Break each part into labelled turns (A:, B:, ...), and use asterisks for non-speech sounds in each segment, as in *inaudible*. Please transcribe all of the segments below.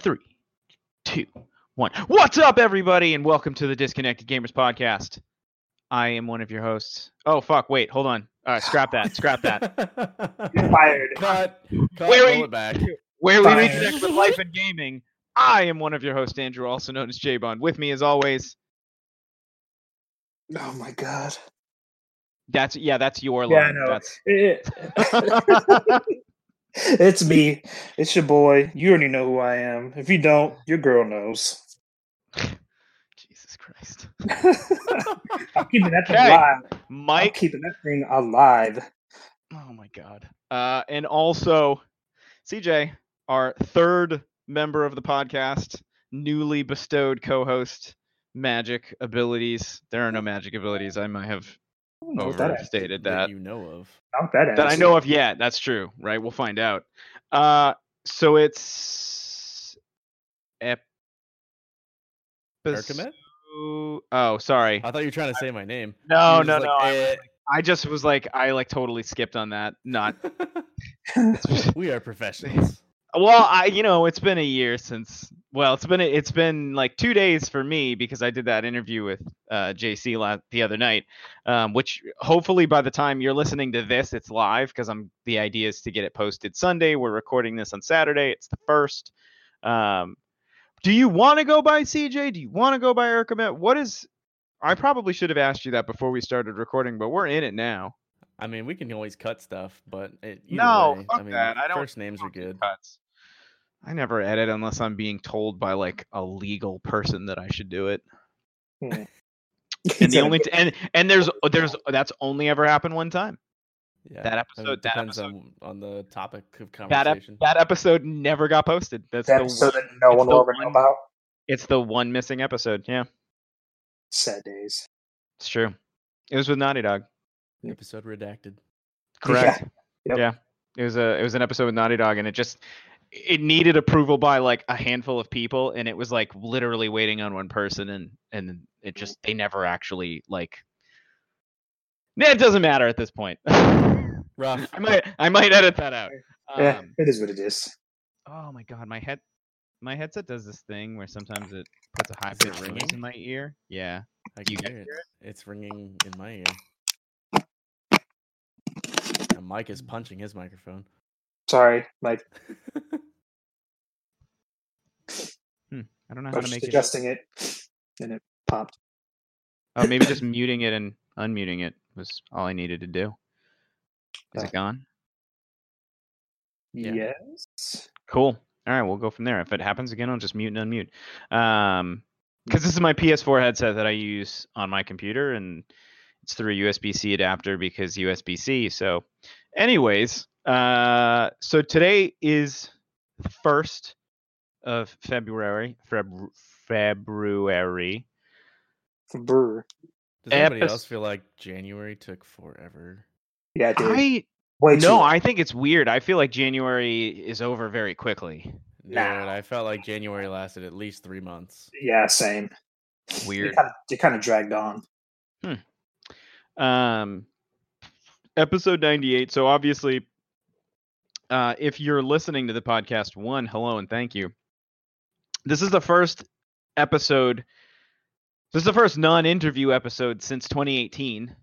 A: three, two, one. What's up, everybody, and welcome to the Disconnected Gamers podcast. I am one of your hosts. Oh fuck! Wait, hold on. Uh, scrap that. Scrap
B: *laughs*
A: that.
C: Fired.
B: cut. cut
A: Wait,
B: roll
A: wait.
B: it back.
A: Where we
C: Fine.
A: reconnect with life and gaming. I am one of your hosts, Andrew, also known as J Bond. With me, as always,
C: Oh my god.
A: that's yeah, that's your
C: Yeah, I
A: line.
C: know.
A: That's
C: It- *laughs*
B: *laughs*
C: it's me. It's your boy. You already know who I am. If you don't, your girl *laughs* knows.
A: *laughs* Jesus Christ.
C: I'm keeping that thing
A: Okay.
C: alive. I'm
A: Mike
C: keeping that thing alive.
A: Oh my god. Uh, and also CJ, our third member of the podcast, newly bestowed co-host, magic abilities. There are no magic abilities. I might have
C: Knock that, ass-
A: overstated that.
B: you know of.
C: knock that
A: That I
C: ass.
A: know of yet. That's true, right? We'll find out. Uh, so it's ep-
B: Erkamet?
A: Oh, sorry.
B: I thought you were trying to say my name.
A: No,
B: You were
A: Oh, no,
B: just
A: no.
B: like,
A: I, I just was like, I like totally skipped on that.
B: *laughs*
A: Not
B: "Eh." we are professionals.
A: Well, I you know it's been a year since well it's been a- it's been like two days for me because I did that interview with uh, JC la- the other night, um, which hopefully by the time you're listening to this it's live because I'm the idea is to get it posted Sunday. We're recording this on Saturday. It's the first. Um, do you want to go by CJ? Do you want to go by Erkamet? What is? I probably should have asked you that before we started recording, but we're in it now.
B: I mean, we can always cut stuff, but it, either
A: No,
B: way, I
A: fuck
B: mean,
A: that. I don't-
B: First names are good.
A: cuts. I never edit unless I'm being told by like a legal person that I should do
B: *laughs*
A: it.
C: Hmm.
A: *laughs* And the only t- and and there's there's that's only ever happened one time.
B: Yeah,
A: That
B: I mean,
A: episode-
B: it
A: that
B: depends
A: episode-
B: on on the topic of
A: That ep-
B: conversation.
A: that episode never got posted. That's
C: that
A: the
C: episode
A: one,
C: that no
A: it's
C: one
A: the
C: will ever know
A: one-
C: about.
A: it's the one missing episode. Yeah,
C: Sad days.
A: it's true. It was with Naughty Dog.
B: episode redacted.
A: Correct.
C: Yep.
A: Yeah. It was a it was an episode with Naughty Dog and it just it needed approval by like a handful of people and it was like literally waiting on one person and and it just they never actually like Nah, it doesn't matter at this point. *laughs* I
B: Rough.
A: might I might edit that out.
C: yeah,
A: Um,
C: it is what it is.
A: oh my god, my head my headset does this thing where sometimes it puts a high
B: Is it
A: pitched noise
B: ringing?
A: in my ear. Yeah.
B: I
A: You
B: can
A: guys
B: hear it. It's ringing in my ear.
A: *laughs*
B: And Mike is punching his microphone.
C: Sorry, Mike.
A: I don't know
C: I
A: how to
C: was just
A: make it.
C: adjusting it. and it popped.
A: Oh, maybe just muting it and unmuting it was all I needed to do. Is
C: Uh,
A: it gone?
B: Yeah.
C: Yes.
A: Cool. All right, we'll go from there. If it happens again, I'll just mute and unmute. Um, because this is my PS4 headset that I use on my computer, and it's through a USB-C adapter because USB-C. So, anyways, uh, so today is the first of February. Feb- February.
C: For brewer.
B: Does anybody
A: Epis-
B: else feel like January took forever?
C: Yeah, dude.
A: I
C: Way too
A: no,
C: long.
A: I think it's weird. I feel like January is over very quickly.
B: Dude,
C: Nah.
B: I felt like January lasted at least three months.
C: Yeah, same.
A: Weird.
C: It kind of, it kind of dragged on.
A: um episode 98 so obviously uh if you're listening to the podcast one hello and thank you this is the first episode this is the first non-interview episode since 2018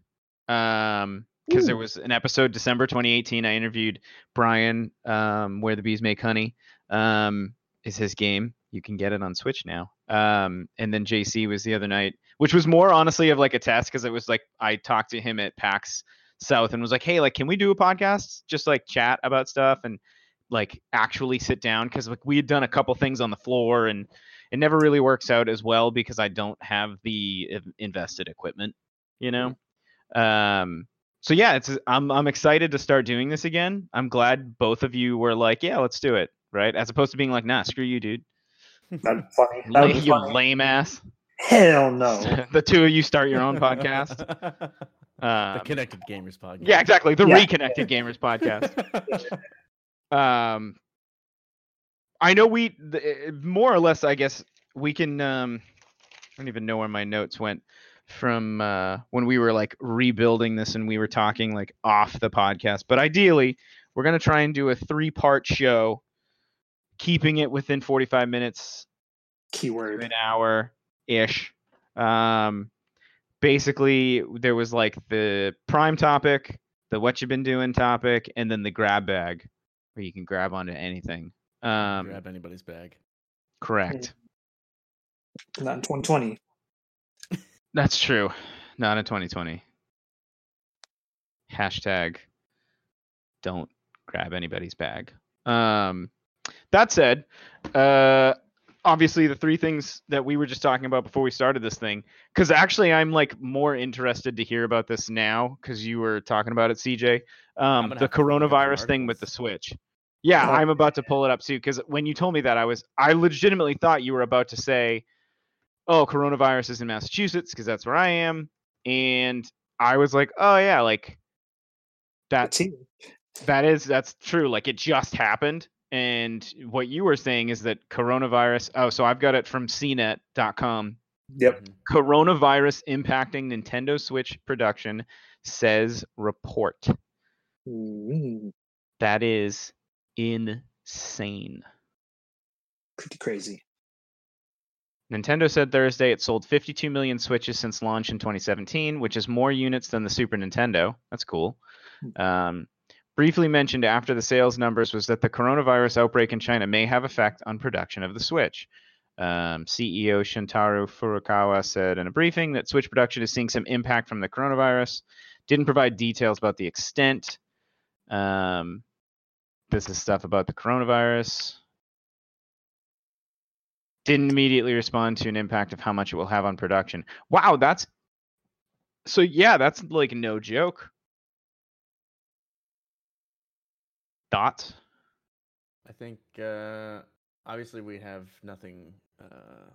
A: um because there
C: Ooh.
A: was an episode december 2018 i interviewed brian um where the bees make honey um is his game you can get it on switch now um and then jc was the other night which was more honestly of like a test because it was like i talked to him at pax south and was like hey like can we do a podcast just like chat about stuff and like actually sit down because like we had done a couple things on the floor and it never really works out as well because i don't have the in- invested equipment you know
C: Mm-hmm.
A: um so yeah it's i'm i'm excited to start doing this again i'm glad both of you were like yeah let's do it right as opposed to being like nah screw you dude
C: That'd be
A: *laughs*
C: funny. That would
A: Lame,
C: be
A: you
C: funny.
A: lame ass
C: Hell no.
A: *laughs* the two of you start your
C: *laughs*
A: own podcast
B: *laughs* the
A: um,
B: Connected Gamers podcast.
A: yeah exactly the
C: Yeah.
A: reconnected gamers podcast
B: *laughs*
A: um i know we th- eh, more or less i guess we can um i don't even know where my notes went from uh when we were like rebuilding this and we were talking like off the podcast but ideally we're going to try and do a three part show keeping it within 45 minutes to
C: Keyword.
A: an hour ish. Um, basically, there was like the prime topic, the what you've been doing topic, and then the grab bag, where you can grab onto anything. Um,
B: Grab anybody's bag.
A: Correct.
C: Not in 2020.
A: That's true. Not in 2020. Hashtag don't grab anybody's bag. Um, that said, uh, obviously the three things that we were just talking about before we started this thing, because actually I'm like more interested to hear about this now because you were talking about it, CJ. Um,
B: gonna
A: the
B: have to look up some
A: coronavirus thing with the
B: articles.
A: Switch. Yeah,
C: Oh.
A: I'm about to pull it up too because when you told me that, I was I legitimately thought you were about to say, "Oh, coronavirus is in Massachusetts" because that's where I am, and I was like, "Oh yeah, like that's
C: That's here.
A: that is that's true. Like it just happened." And what you were saying is that coronavirus. Oh, so I've got it from CNET.com.
C: Yep.
B: Mhm.
A: Coronavirus impacting Nintendo Switch production, says report.
C: Mm,
A: That is insane.
C: pretty crazy.
A: Nintendo said Thursday it sold 52 million Switches since launch in 2017, which is more units than the Super Nintendo. That's cool. Um, briefly mentioned after the sales numbers was that the coronavirus outbreak in China may have effect on production of the Switch. Um, CEO Shintaro Furukawa said in a briefing that Switch production is seeing some impact from the coronavirus. Didn't provide details about the extent. Um, this is stuff about the coronavirus didn't immediately respond to an impact of how much it will have on production. Wow, that's so yeah, that's like no joke. Thoughts?
B: I think uh, obviously we have nothing uh,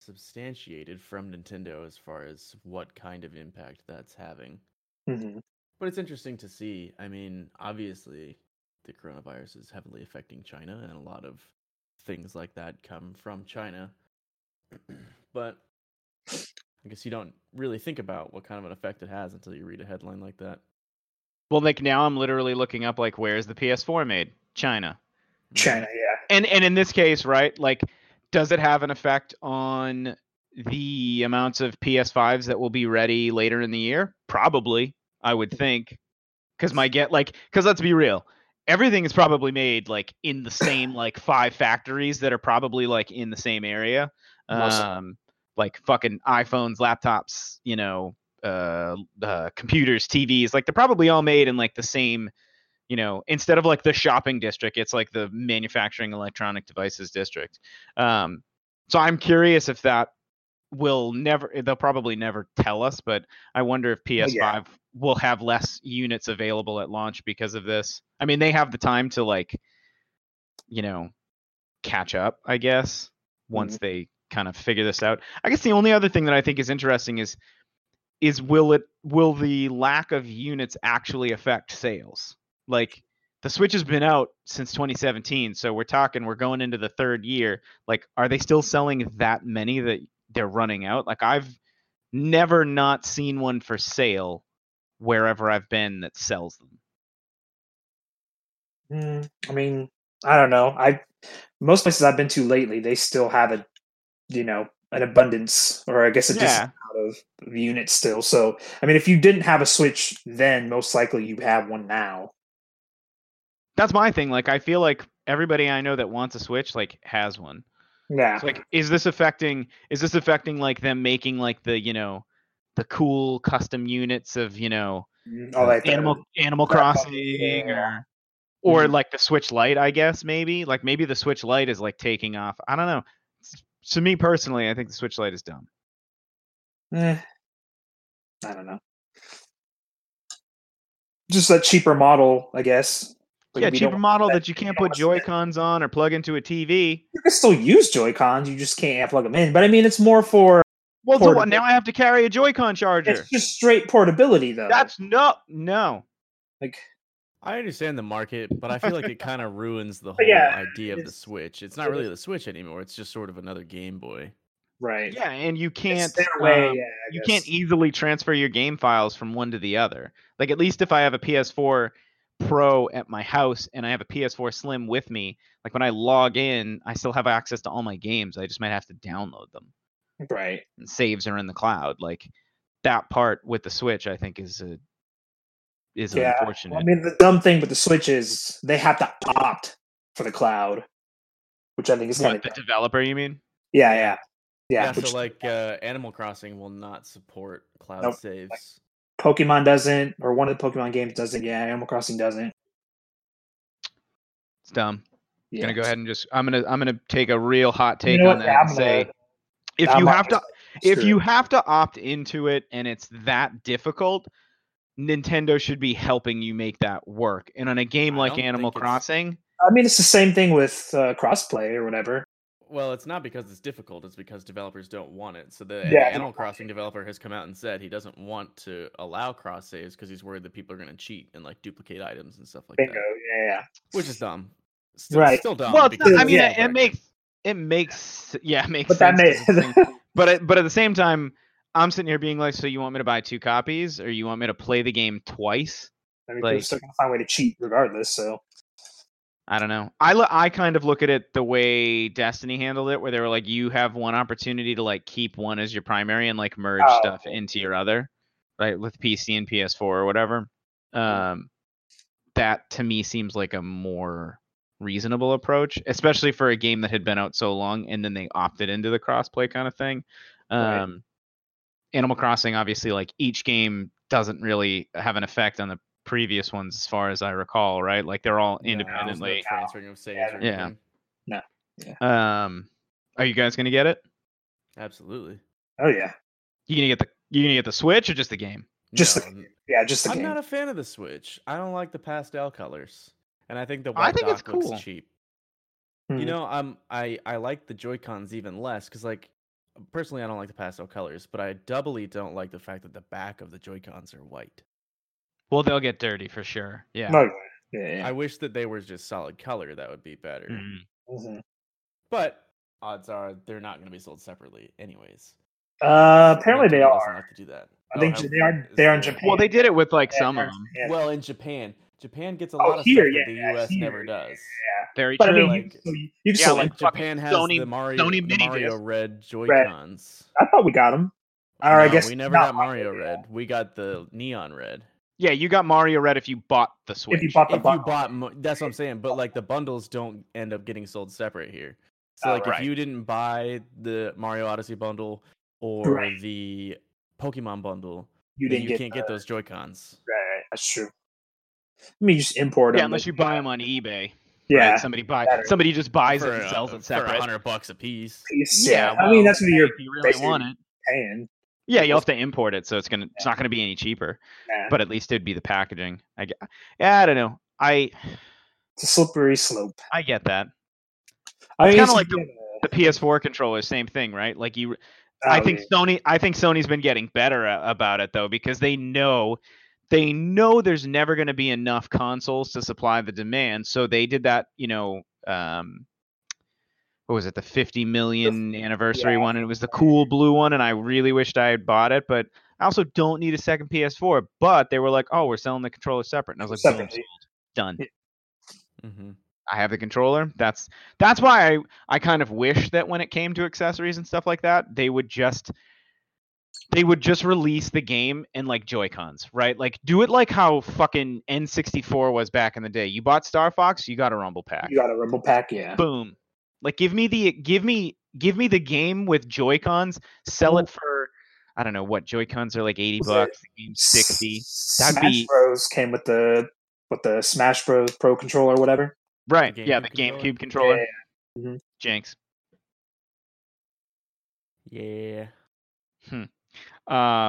B: substantiated from Nintendo as far as what kind of impact that's having.
C: hmm
B: But it's interesting to see. I mean, obviously, the coronavirus is heavily affecting China, and a lot of things like that come from China. *clears throat* but I guess you don't really think about what kind of an effect it has until you read a headline like that.
A: Well, like now I'm literally looking up like where is the PS4 made? China.
C: China, yeah.
A: And and in this case, right? Like does it have an effect on the amounts of PS5s that will be ready later in the year? Probably, I would think. Cuz my get like cuz let's be real. Everything is probably made like in the same like five factories that are probably like in the same area.
C: Most-
A: Um like fucking iPhones, laptops, you know, uh, uh computers, TVs, like they're probably all made in like the same you know, instead of like the shopping district, it's like the manufacturing electronic devices district. Um, so I'm curious if that will never, they'll probably never tell us, but I wonder if PS5 will have less units available at launch because of this. I mean, they have the time to like, you know, catch up, I guess, once they kind of figure this out. I guess the only other thing that I think is interesting is is will it will the lack of units actually affect sales? Like the Switch has been out since 2017, so we're talking we're going into the third year. Like are they still selling that many that they're running out? Like I've never not seen one for sale wherever I've been that sells them.
C: Mm, I mean, I don't know. I most places I've been to lately, they still have a, you know, an abundance or I guess a decent amount of units still. So, I mean, if you didn't have a Switch then, most likely you have one now.
A: That's my thing. Like I feel like everybody I know that wants a Switch like has one.
C: Yeah.
A: So, like is this affecting is this affecting like them making like the you know the cool custom units of you know
C: Mm, All that
A: animal animal
C: Black Ops,
A: crossing
C: yeah.
A: or or
C: Mhm.
A: like the switch lite i guess maybe like maybe the switch lite is like taking off i don't know S- to me personally i think the switch lite is dumb
C: Eh, I don't know. Just a cheaper model, I guess. Like,
A: yeah
C: we
A: cheaper
C: don't-
A: model
C: that-
A: that you can't
C: don't
A: put joy
C: wanna spend-
A: cons on or plug into a tv
C: You can still use Joy Cons, you just can't plug them in. But I mean, it's more for
A: well so what,
C: Portable.
A: now i have to carry a joy con charger
C: it's just straight portability, though.
A: that's no no
C: like
B: I understand the market, but I feel
C: *laughs*
B: like it kind of ruins the whole
C: yeah,
B: idea of the
C: it's-
B: Switch. It's not really the Switch anymore. It's just sort of another Game Boy.
C: right.
A: yeah and you can't
C: It's their way.
A: um,
C: yeah, I
A: you
C: guess.
A: can't easily transfer your game files from one to the other. Like at least if I have a PS4 Pro at my house and I have a PS4 Slim with me, like when I log in, I still have access to all my games. I just might have to download them.
C: Right.
A: And saves are in the cloud. Like that part with the Switch, I think is a is
C: Yeah,
A: unfortunate.
C: I mean, the dumb thing with the Switch is they have to opt for the cloud, which I think is kind
A: what,
C: of
A: the developer, you mean?
C: yeah, yeah, yeah.
B: Yeah,
C: which
B: so like uh, Animal Crossing will not support cloud
C: Nope.
B: saves.
C: Pokemon doesn't, or one of the Pokemon games doesn't. Yeah, Animal Crossing doesn't.
A: It's dumb.
C: Yeah.
A: gonna go ahead and just I'm gonna I'm gonna take a real hot
C: You
A: take
C: know
A: on that
C: what? Yeah,
A: and
C: I'm
A: say
C: gonna-
A: if
C: I'm
A: you
C: not
A: have to
C: gonna-
A: if
C: Screw
A: you
C: it.
A: have to opt into it and it's that difficult, Nintendo should be helping you make that work. And on a game
B: I
A: like
B: don't
A: Animal
B: think it's-
A: Crossing,
C: I mean, it's the same thing with uh, crossplay or whatever.
B: Well, it's not because it's difficult; it's because developers don't want it. So the,
C: Yeah.
B: Animal Crossing developer has come out and said he doesn't want to allow cross saves because he's worried that people are going to cheat and like duplicate items and stuff like
C: Bingo.
B: that,
C: Yeah, yeah.
B: which is dumb. Still,
C: Right.
B: Still dumb.
A: well, it's not-
B: because
A: I mean,
C: yeah,
A: it,
B: developer-
A: it makes it makes yeah, it makes
C: But that
A: sense 'cause it's
C: *laughs* made
A: thing- but at, but at the same time, I'm sitting here being like, so you want me to buy two copies, or you want me to play the game twice?
C: I mean,
A: Like-
C: people still gonna find a way to cheat regardless. So
A: I don't know. I lo- I kind of look at it the way Destiny handled it, where they were like, you have one opportunity to like keep one as your primary and like merge
C: Oh.
A: stuff into your other, right? With PC and PS4 or whatever. Um, that to me seems like a more reasonable approach, especially for a game that had been out so long and then they opted into the crossplay kind of thing. Um,
C: Right.
A: Animal Crossing, obviously, like each game doesn't really have an effect on the previous ones, as far as I recall, right? Like they're all
B: Yeah, there's no
A: independently.
B: transferring of saves. or
A: Yeah.
B: anything.
A: Um, are you guys gonna get it?
B: Absolutely.
C: oh yeah,
A: You gonna get the you gonna get the Switch or just the game?
C: Just the
B: n-
C: yeah, just the
B: I'm
C: game.
B: not a fan of the Switch. I don't like the pastel colors, and I think
A: I
B: the white
A: think it's
B: dock looks
A: cool.
B: cheap.
C: Hmm.
B: You
A: Mm-hmm.
B: know, um, I I like the Joy Cons even less because, like, personally, I don't like the pastel colors, but I doubly don't like the fact that the back of the Joy Cons are white.
A: Well, they'll get dirty for sure. Yeah.
C: No, Oh, yeah, yeah.
B: I wish that they were just solid color. That would be better.
A: Mhm.
C: Mhm.
B: But odds are they're not going to be sold separately, anyways.
C: Uh, apparently they
B: Nintendo doesn't
C: are.
B: like to do that.
C: I
B: Oh,
C: think
B: how-
C: they are.
B: is
C: They are in
B: there-
C: Japan.
A: Well, they did it with like
C: Yeah,
A: some of
C: they're-
A: them.
C: yeah.
B: Well, in Japan, Japan gets a
C: Oh,
B: lot of
C: here,
B: stuff
C: yeah,
B: that the
C: yeah,
B: U.S.
C: here,
B: never
C: yeah, yeah,
B: does.
C: yeah.
A: Very
C: But I
A: true.
C: mean,
B: like-
C: you, you, you
A: Yeah,
C: still
A: like- fucking
B: Japan has
A: Sony-
B: the Mario,
A: Sony
B: the
A: mini
B: Mario
A: discs.
B: Red Joy
C: Red.
B: Cons.
C: I thought we got them. Or I guess
B: we never
C: not
B: got
C: Mario,
B: Mario
C: yeah.
B: Red. We got the Neon Red.
A: Yeah, you got Mario Red if you bought the Switch.
C: if you bought the
B: If you
C: bundle.
B: bought, mo- that's what I'm saying. But like the bundles don't end up getting sold separate here. So
C: Oh,
B: like
A: right.
B: if you didn't buy the Mario Odyssey bundle or
C: Right.
B: the Pokemon bundle,
C: you
B: then
C: didn't
B: you
C: get,
B: can't
C: the-
B: get those Joy Cons.
C: Right, right, that's true. I mean, you just import them.
A: yeah, unless you buy them on eBay.
C: Yeah.
A: Right? Somebody buy
C: better.
A: somebody just buys
B: for,
A: it and sells
B: uh,
A: it separate.
B: for hundred bucks a piece.
C: piece, Yeah, I
A: well,
C: mean that's what
A: hey,
C: you're
A: if you really
C: basically-
A: want it.
C: paying.
A: Yeah, you'll have to import it, so it's gonna it's not gonna be any cheaper.
C: Nah,
A: But at least it'd be the packaging. I g- yeah, I don't know. I
C: it's a slippery slope.
A: I get that.
C: I mean,
A: kinda
C: it's-
A: like The PS4 controller, same thing, right? Like you
C: Oh,
A: I think
C: yeah.
A: Sony. I think Sony's been getting better a- about it though, because they know they know there's never going to be enough consoles to supply the demand. So they did that. You know, um, what was it? The 50 million anniversary
C: yeah.
A: one, and it was the cool blue one, and I really wished I had bought it, but. I also don't need a second PS4, but they were like, "Oh, we're selling the controller separate," and I was like, "Boom,
C: Separately.
A: "Done."
B: Mm-hmm.
A: I have the controller. That's that's why I I kind of wish that when it came to accessories and stuff like that, they would just they would just release the game and like Joy-Cons, right? Like do it like how fucking N64 was back in the day. You bought Star Fox, you got a Rumble Pack.
C: you got a rumble pack, yeah.
A: Boom. Like give me the give me give me the game with Joy-Cons, sell it for I don't know what Joy-Cons are like 80
C: Was it
A: bucks, the game 60.
C: Smash
A: That'd be-
C: Bros came with the with the Smash Bros Pro controller, or whatever.
A: Right. yeah,
B: GameCube
A: the
B: controller?
A: GameCube controller.
C: Yeah, yeah, yeah. Mhm.
A: Jinx.
B: Yeah.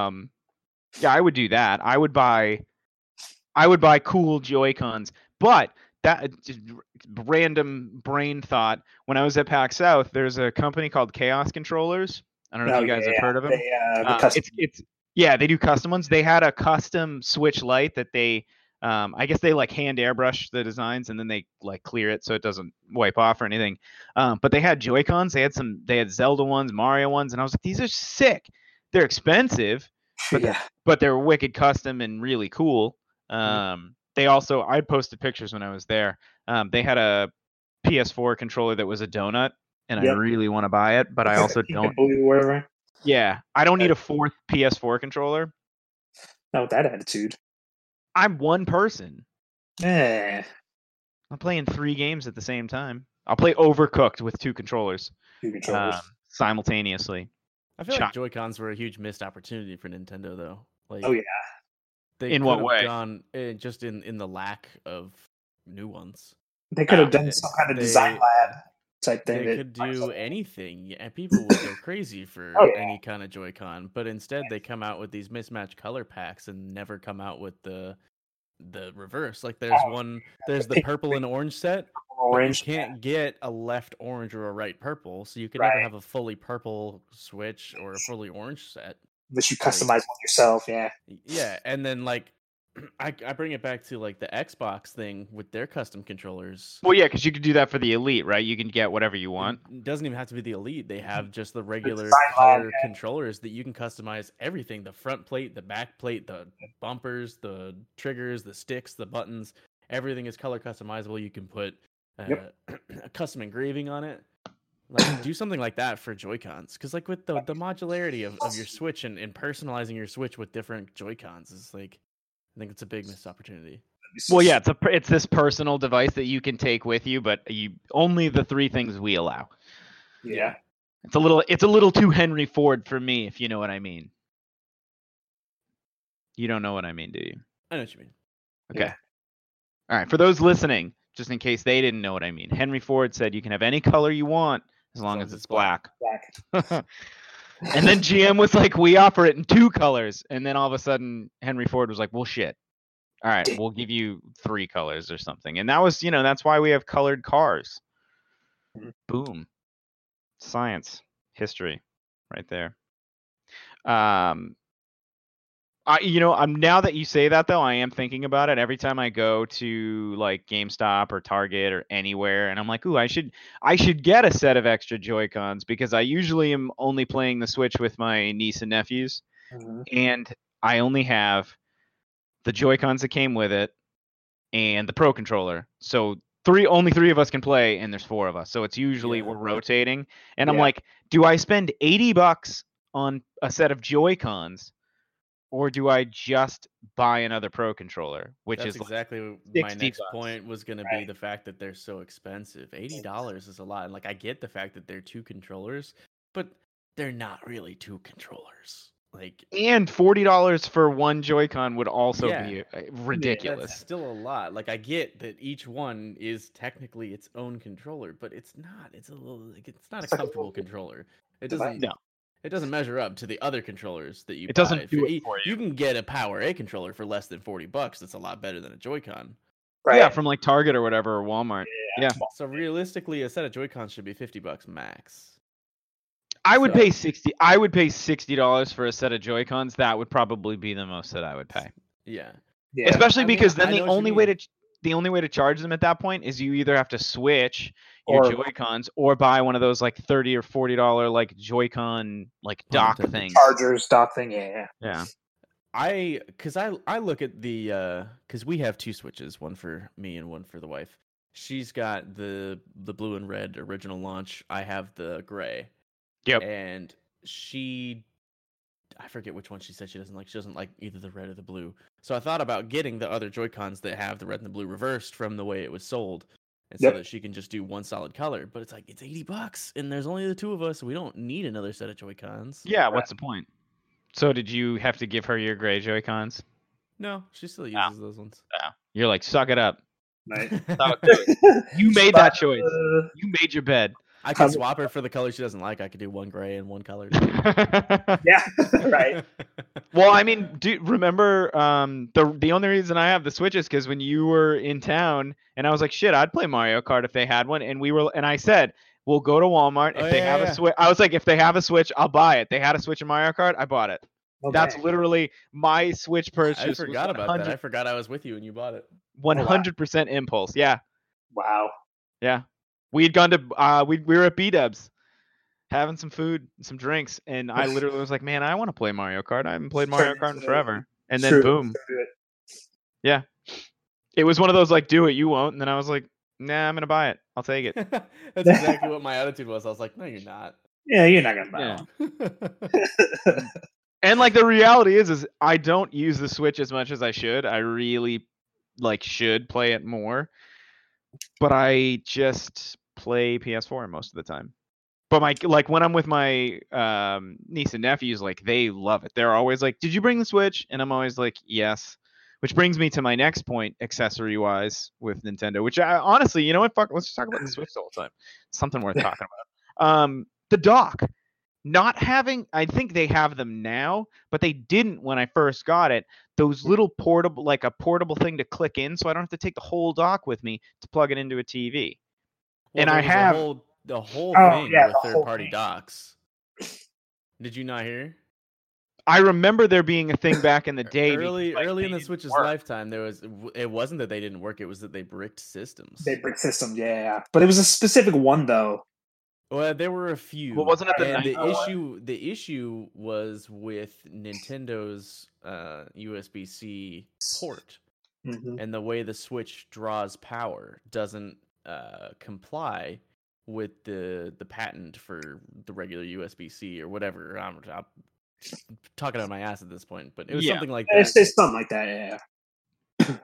A: Um, yeah, I would do that. I would buy, I would buy cool Joy Cons. But that uh, just r- random brain thought. When I was at PAX South, there's a company called Chaos Controllers. I don't know
C: Oh,
A: if you guys
C: yeah,
A: have heard of them.
C: They, uh, the
A: Um,
C: custom-
A: it's it's yeah, they do custom ones. They had a custom Switch Lite that they, um, I guess they like hand airbrush the designs and then they like clear it so it doesn't wipe off or anything. Um, but they had Joy Cons. They had some. They had Zelda ones, Mario ones, and I was like, these are sick. They're expensive, but
C: yeah, Mm-hmm.
A: but they're wicked custom and really cool. Um, they also I posted pictures when I was there. Um, they had a PS4 controller that was a donut, and I
C: Yep.
A: really want to buy it, but
C: *laughs*
A: I also don't.
C: Blue or whatever.
A: Yeah, I don't need
C: Okay.
A: a fourth PS4 controller.
C: Not with that attitude.
A: I'm one person.
C: Eh.
A: I'm playing three games at the same time. I'll play Overcooked with two controllers
C: Two controllers.
A: um, simultaneously.
B: I feel
A: Chuck.
B: like Joy Cons were a huge missed opportunity for Nintendo, though. Like,
C: Oh, yeah.
B: they
A: In
B: could
A: what
B: have
A: way?
B: Done, eh, just in in the lack of new ones.
C: they could have
A: ah,
C: done some kind of
B: they-
C: design lab type thing.
B: They
C: that-
B: could do anything, and people would go crazy for
C: Oh, yeah.
B: any kind of Joy-Con. But instead, they come out with these mismatched color packs and never come out with the the reverse. Like, there's
C: Oh,
B: one, there's
C: the
B: the purple and orange set,
C: orange.
B: Orange. You can't get a left orange or a right purple, so you can never
C: Right.
B: have a fully purple Switch or a fully orange set.
C: That you
B: like-
C: customize one yourself. Yeah.
B: Y- Yeah, and then like *clears throat* I, I bring it back to like the Xbox thing with their custom controllers.
A: Well, yeah, because you could do that for the Elite, right? You can get whatever you want.
B: It doesn't even have to be the Elite. They have just the regular
C: design lab,
B: color controllers that you can customize everything: the front plate, the back plate, the bumpers, the triggers, the sticks, the buttons. Everything is color customizable. You can put uh,
C: Yep.
B: *clears throat* a custom engraving on it. Like do something like that for Joy Cons, because like with the the modularity of, of your Switch and, and personalizing your Switch with different Joy Cons is like, I think it's a big missed opportunity.
A: Well, yeah, it's a, per- it's this personal device that you can take with you, but you only the three things we allow.
C: Yeah.
A: It's a little it's a little too Henry Ford for me, if you know what I mean. You don't know what I mean, do you?
B: I know what you mean.
A: Okay.
C: Yeah.
A: All right. For those listening, just in case they didn't know what I mean, Henry Ford said you can have any color you want as long as it's black.
C: Black.
A: *laughs* and then GM was like, "We offer it in two colors." And then all of a sudden, Henry Ford was like, "Well, shit. All right, we'll give you three colors or something." And that was, you know, that's why we have colored cars.
C: Mhm.
A: Boom. Science, history, right there. Um, I, you know, I'm now that you say that though, I am thinking about it every time I go to like GameStop or Target or anywhere, and I'm like, "Ooh, I should." I should get a set of extra Joy Cons because I usually am only playing the Switch with my niece and nephews,
C: Mhm.
A: and I only have the Joy Cons that came with it and the Pro Controller. So three, only three of us can play, and there's four of us. So it's usually
B: Yeah.
A: we're rotating, and I'm
C: Yeah.
A: like, do I spend eighty bucks on a set of Joy Cons, or do I just buy another Pro Controller, which
B: That's
A: is like,
B: exactly w- my
A: 60
B: next
A: bucks,
B: point was going to be
C: right?
B: the fact that they're so expensive. Eighty dollars is a lot, and like I get the fact that they're two controllers, but they're not really two controllers. Like
A: and forty dollars for one Joy-Con would also
B: Yeah.
A: be uh,
B: that's
A: ridiculous.
B: still a lot. Like I get that each one is technically its own controller, but it's not. It's a little. Like, it's not a
C: It's like a
B: comfortable
A: *laughs*
C: little
B: controller. It
C: device.
B: doesn't.
A: No.
B: It doesn't measure up to the other controllers that you.
A: It doesn't
B: buy.
A: do it
B: e-
A: for you.
B: You can get a Power A controller for less than forty bucks. That's a lot better than a Joy-Con.
C: Right.
A: Yeah, from like Target or whatever or Walmart.
B: So realistically, a set of Joy Cons should be fifty bucks max.
A: I would
B: So-
A: pay sixty. I would pay sixty dollars for a set of Joy Cons. That would probably be the most that I would pay.
B: Yeah,
C: yeah.
A: Especially
B: I mean,
A: because
B: I
A: then
B: know
A: the
B: what you
A: only way to
B: mean.
A: ch- the only way to charge them at that point is you either have to switch your
C: Or-
A: Joy Cons or buy one of those like thirty or forty dollar like Joy Con like
B: Well,
A: dock
B: the- the
A: things.
C: Chargers, dock thing. Yeah. yeah.
A: Yeah.
B: I because I I look at the uh because we have two switches, one for me and one for the wife. She's got the the blue and red original launch. I have the gray.
A: Yep.
B: And she, I forget which one she said she doesn't like. She doesn't like either the red or the blue. So I thought about getting the other Joy Cons that have the red and the blue reversed from the way it was sold, and
C: Yep.
B: so that she can just do one solid color. But it's like it's eighty bucks, and there's only the two of us. So we don't need another set of Joy Cons.
A: Yeah. What's the point? So did you have to give her your gray Joy Cons?
B: No, she still
A: No.
B: uses those ones.
A: You're like, suck it up. *laughs*
B: *laughs*
C: Right. *laughs*
A: Suck it up." *laughs* you made that choice.
C: Uh,
A: You made your bed. *laughs*
B: I
C: How
B: could
C: many-
B: swap her for the color she doesn't like. I could do one gray and one color.
C: yeah.
A: *laughs*
C: *laughs* right.
A: Well, I mean, do remember um, the the only reason I have the Switch is because when you were in town, and I was like, "Shit, I'd play Mario Kart if they had one," and we were, and I said, "We'll go to Walmart if
B: Oh,
A: they
B: yeah,
A: have
B: yeah,
A: a
B: yeah.
A: Switch." I was like, "If they have a Switch, I'll buy it." They had a Switch in Mario Kart, I bought it. That's
C: Okay.
A: literally my Switch purchase.
B: I forgot about that. I forgot I was with you and you bought it. *laughs*
A: One hundred percent impulse. Yeah,
C: wow.
A: we had gone to uh, we we were at B Dubs, having some food, and some drinks, and
B: *laughs*
A: I literally was like, "Man, I want to play Mario Kart. I haven't played
C: Turn
A: Mario
C: into
A: Kart in
C: the-
A: forever." And then
C: Sure.
A: boom.
C: Do it.
A: It was one of those like, do it, you won't. And then I was like, nah, I'm gonna buy it. I'll take it.
B: That's
C: *laughs*
B: exactly what my attitude was. I was like, no, you're not. *laughs*
C: Yeah, you're not gonna buy
A: Yeah.
B: yeah,
C: it.
A: And like the reality is, is I don't use the Switch as much as I should. I really like should play it more, but I just play PS4 most of the time. But my like when I'm with my um, niece and nephews, like they love it. They're always like, "Did you bring the Switch?" And I'm always like, "Yes." Which brings me to my next point, accessory wise, with Nintendo. Which I honestly, you know what? Fuck, let's just talk about the Switch the whole time. Something worth talking about. Um, the dock not having i think they have them now but they didn't when i first got it those
B: Mm.
A: little portable like a portable thing to click in so i don't have to take the whole dock with me to plug it into a tv
B: Well,
A: And I
B: there was a
A: have-
B: whole, the whole
C: Oh,
B: thing
C: yeah,
B: with
C: the whole
B: third party
C: thing. *laughs*
B: docs. Did you not hear?
A: i remember there being a thing back in the day because,
B: E, early,
A: like,
B: early in
A: they
B: the
A: didn't
B: Switch's
A: work.
B: lifetime, there was it wasn't that they didn't work; it was that they bricked systems.
C: they brick system, yeah, yeah. But it was a specific one though.
B: Well, there were a few.
A: Well, wasn't it the
B: and the
A: 901?
B: issue? The issue was with Nintendo's uh, USB-C port
A: Mm-hmm.
C: Mhm.
B: and the way the Switch draws power doesn't uh, comply with the the patent for the regular USB-C or whatever. I'm, I'm talking out my ass at this point, but it was
A: Yeah.
B: something like that.
C: It's, it's something like that, yeah.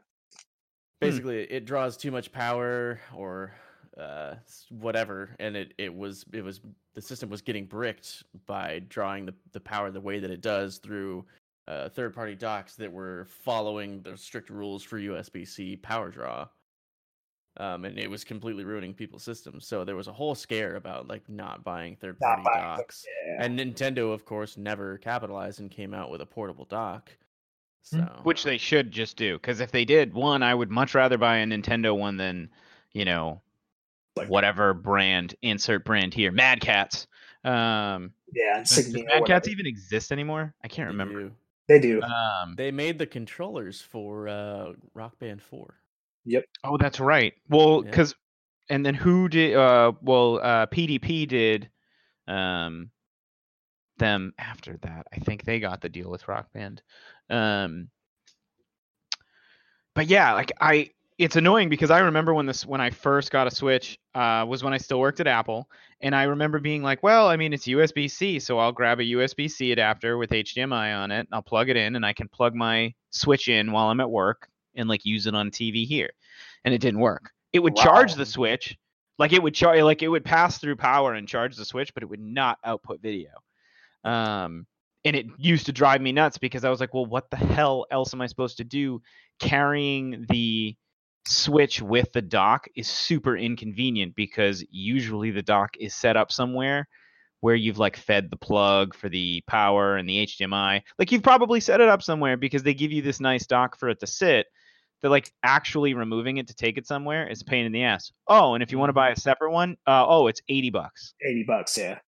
B: basically it draws too much power or uh, s- whatever and it, it was it was the system was getting bricked by drawing the, the power the way that it does through uh, third party docks that were following the strict rules for USB-C power draw um, and it was completely ruining people's systems so there was a whole scare about like not buying third party
C: buying third-
B: docks
C: yeah.
B: and Nintendo of course never capitalized and came out with a portable dock so
A: Hmm. which they should just do because if they did one i would much rather buy a nintendo one than you know
C: Like-
A: whatever brand insert brand here mad cats um
C: Yeah,
A: does- does
C: insignia,
A: mad
C: whatever.
A: cats even exist anymore i can't
B: they
A: remember
B: do.
C: They do.
A: um
B: They made the controllers for uh, Rock Band 4.
A: Oh, that's right. Well,
B: Yeah.
A: because and then who did? Uh, well, uh, PDP did um, them after that. I think they got the deal with Rock Band. Um, but yeah, like I, it's annoying because I remember when this when I first got a Switch uh, was when I still worked at Apple, and I remember being like, well, I mean, it's USB C, so I'll grab a USB C adapter with HDMI on it, and I'll plug it in, and I can plug my Switch in while I'm at work and like use it on TV here and it didn't work. It would charge
C: Wow.
A: the switch, like it would charge, like it would pass through power and charge the switch, but it would not output video. Um, and it used to drive me nuts because I was like, well, what the hell else am I supposed to do? Carrying the switch with the dock is super inconvenient because usually the dock is set up somewhere where you've like fed the plug for the power and the HDMI. Like you've probably set it up somewhere because they give you this nice dock for it to sit that like actually removing it to take it somewhere is a pain in the ass. Oh, and if you want to buy a separate one, uh, oh, it's eighty bucks.
C: Eighty bucks, yeah.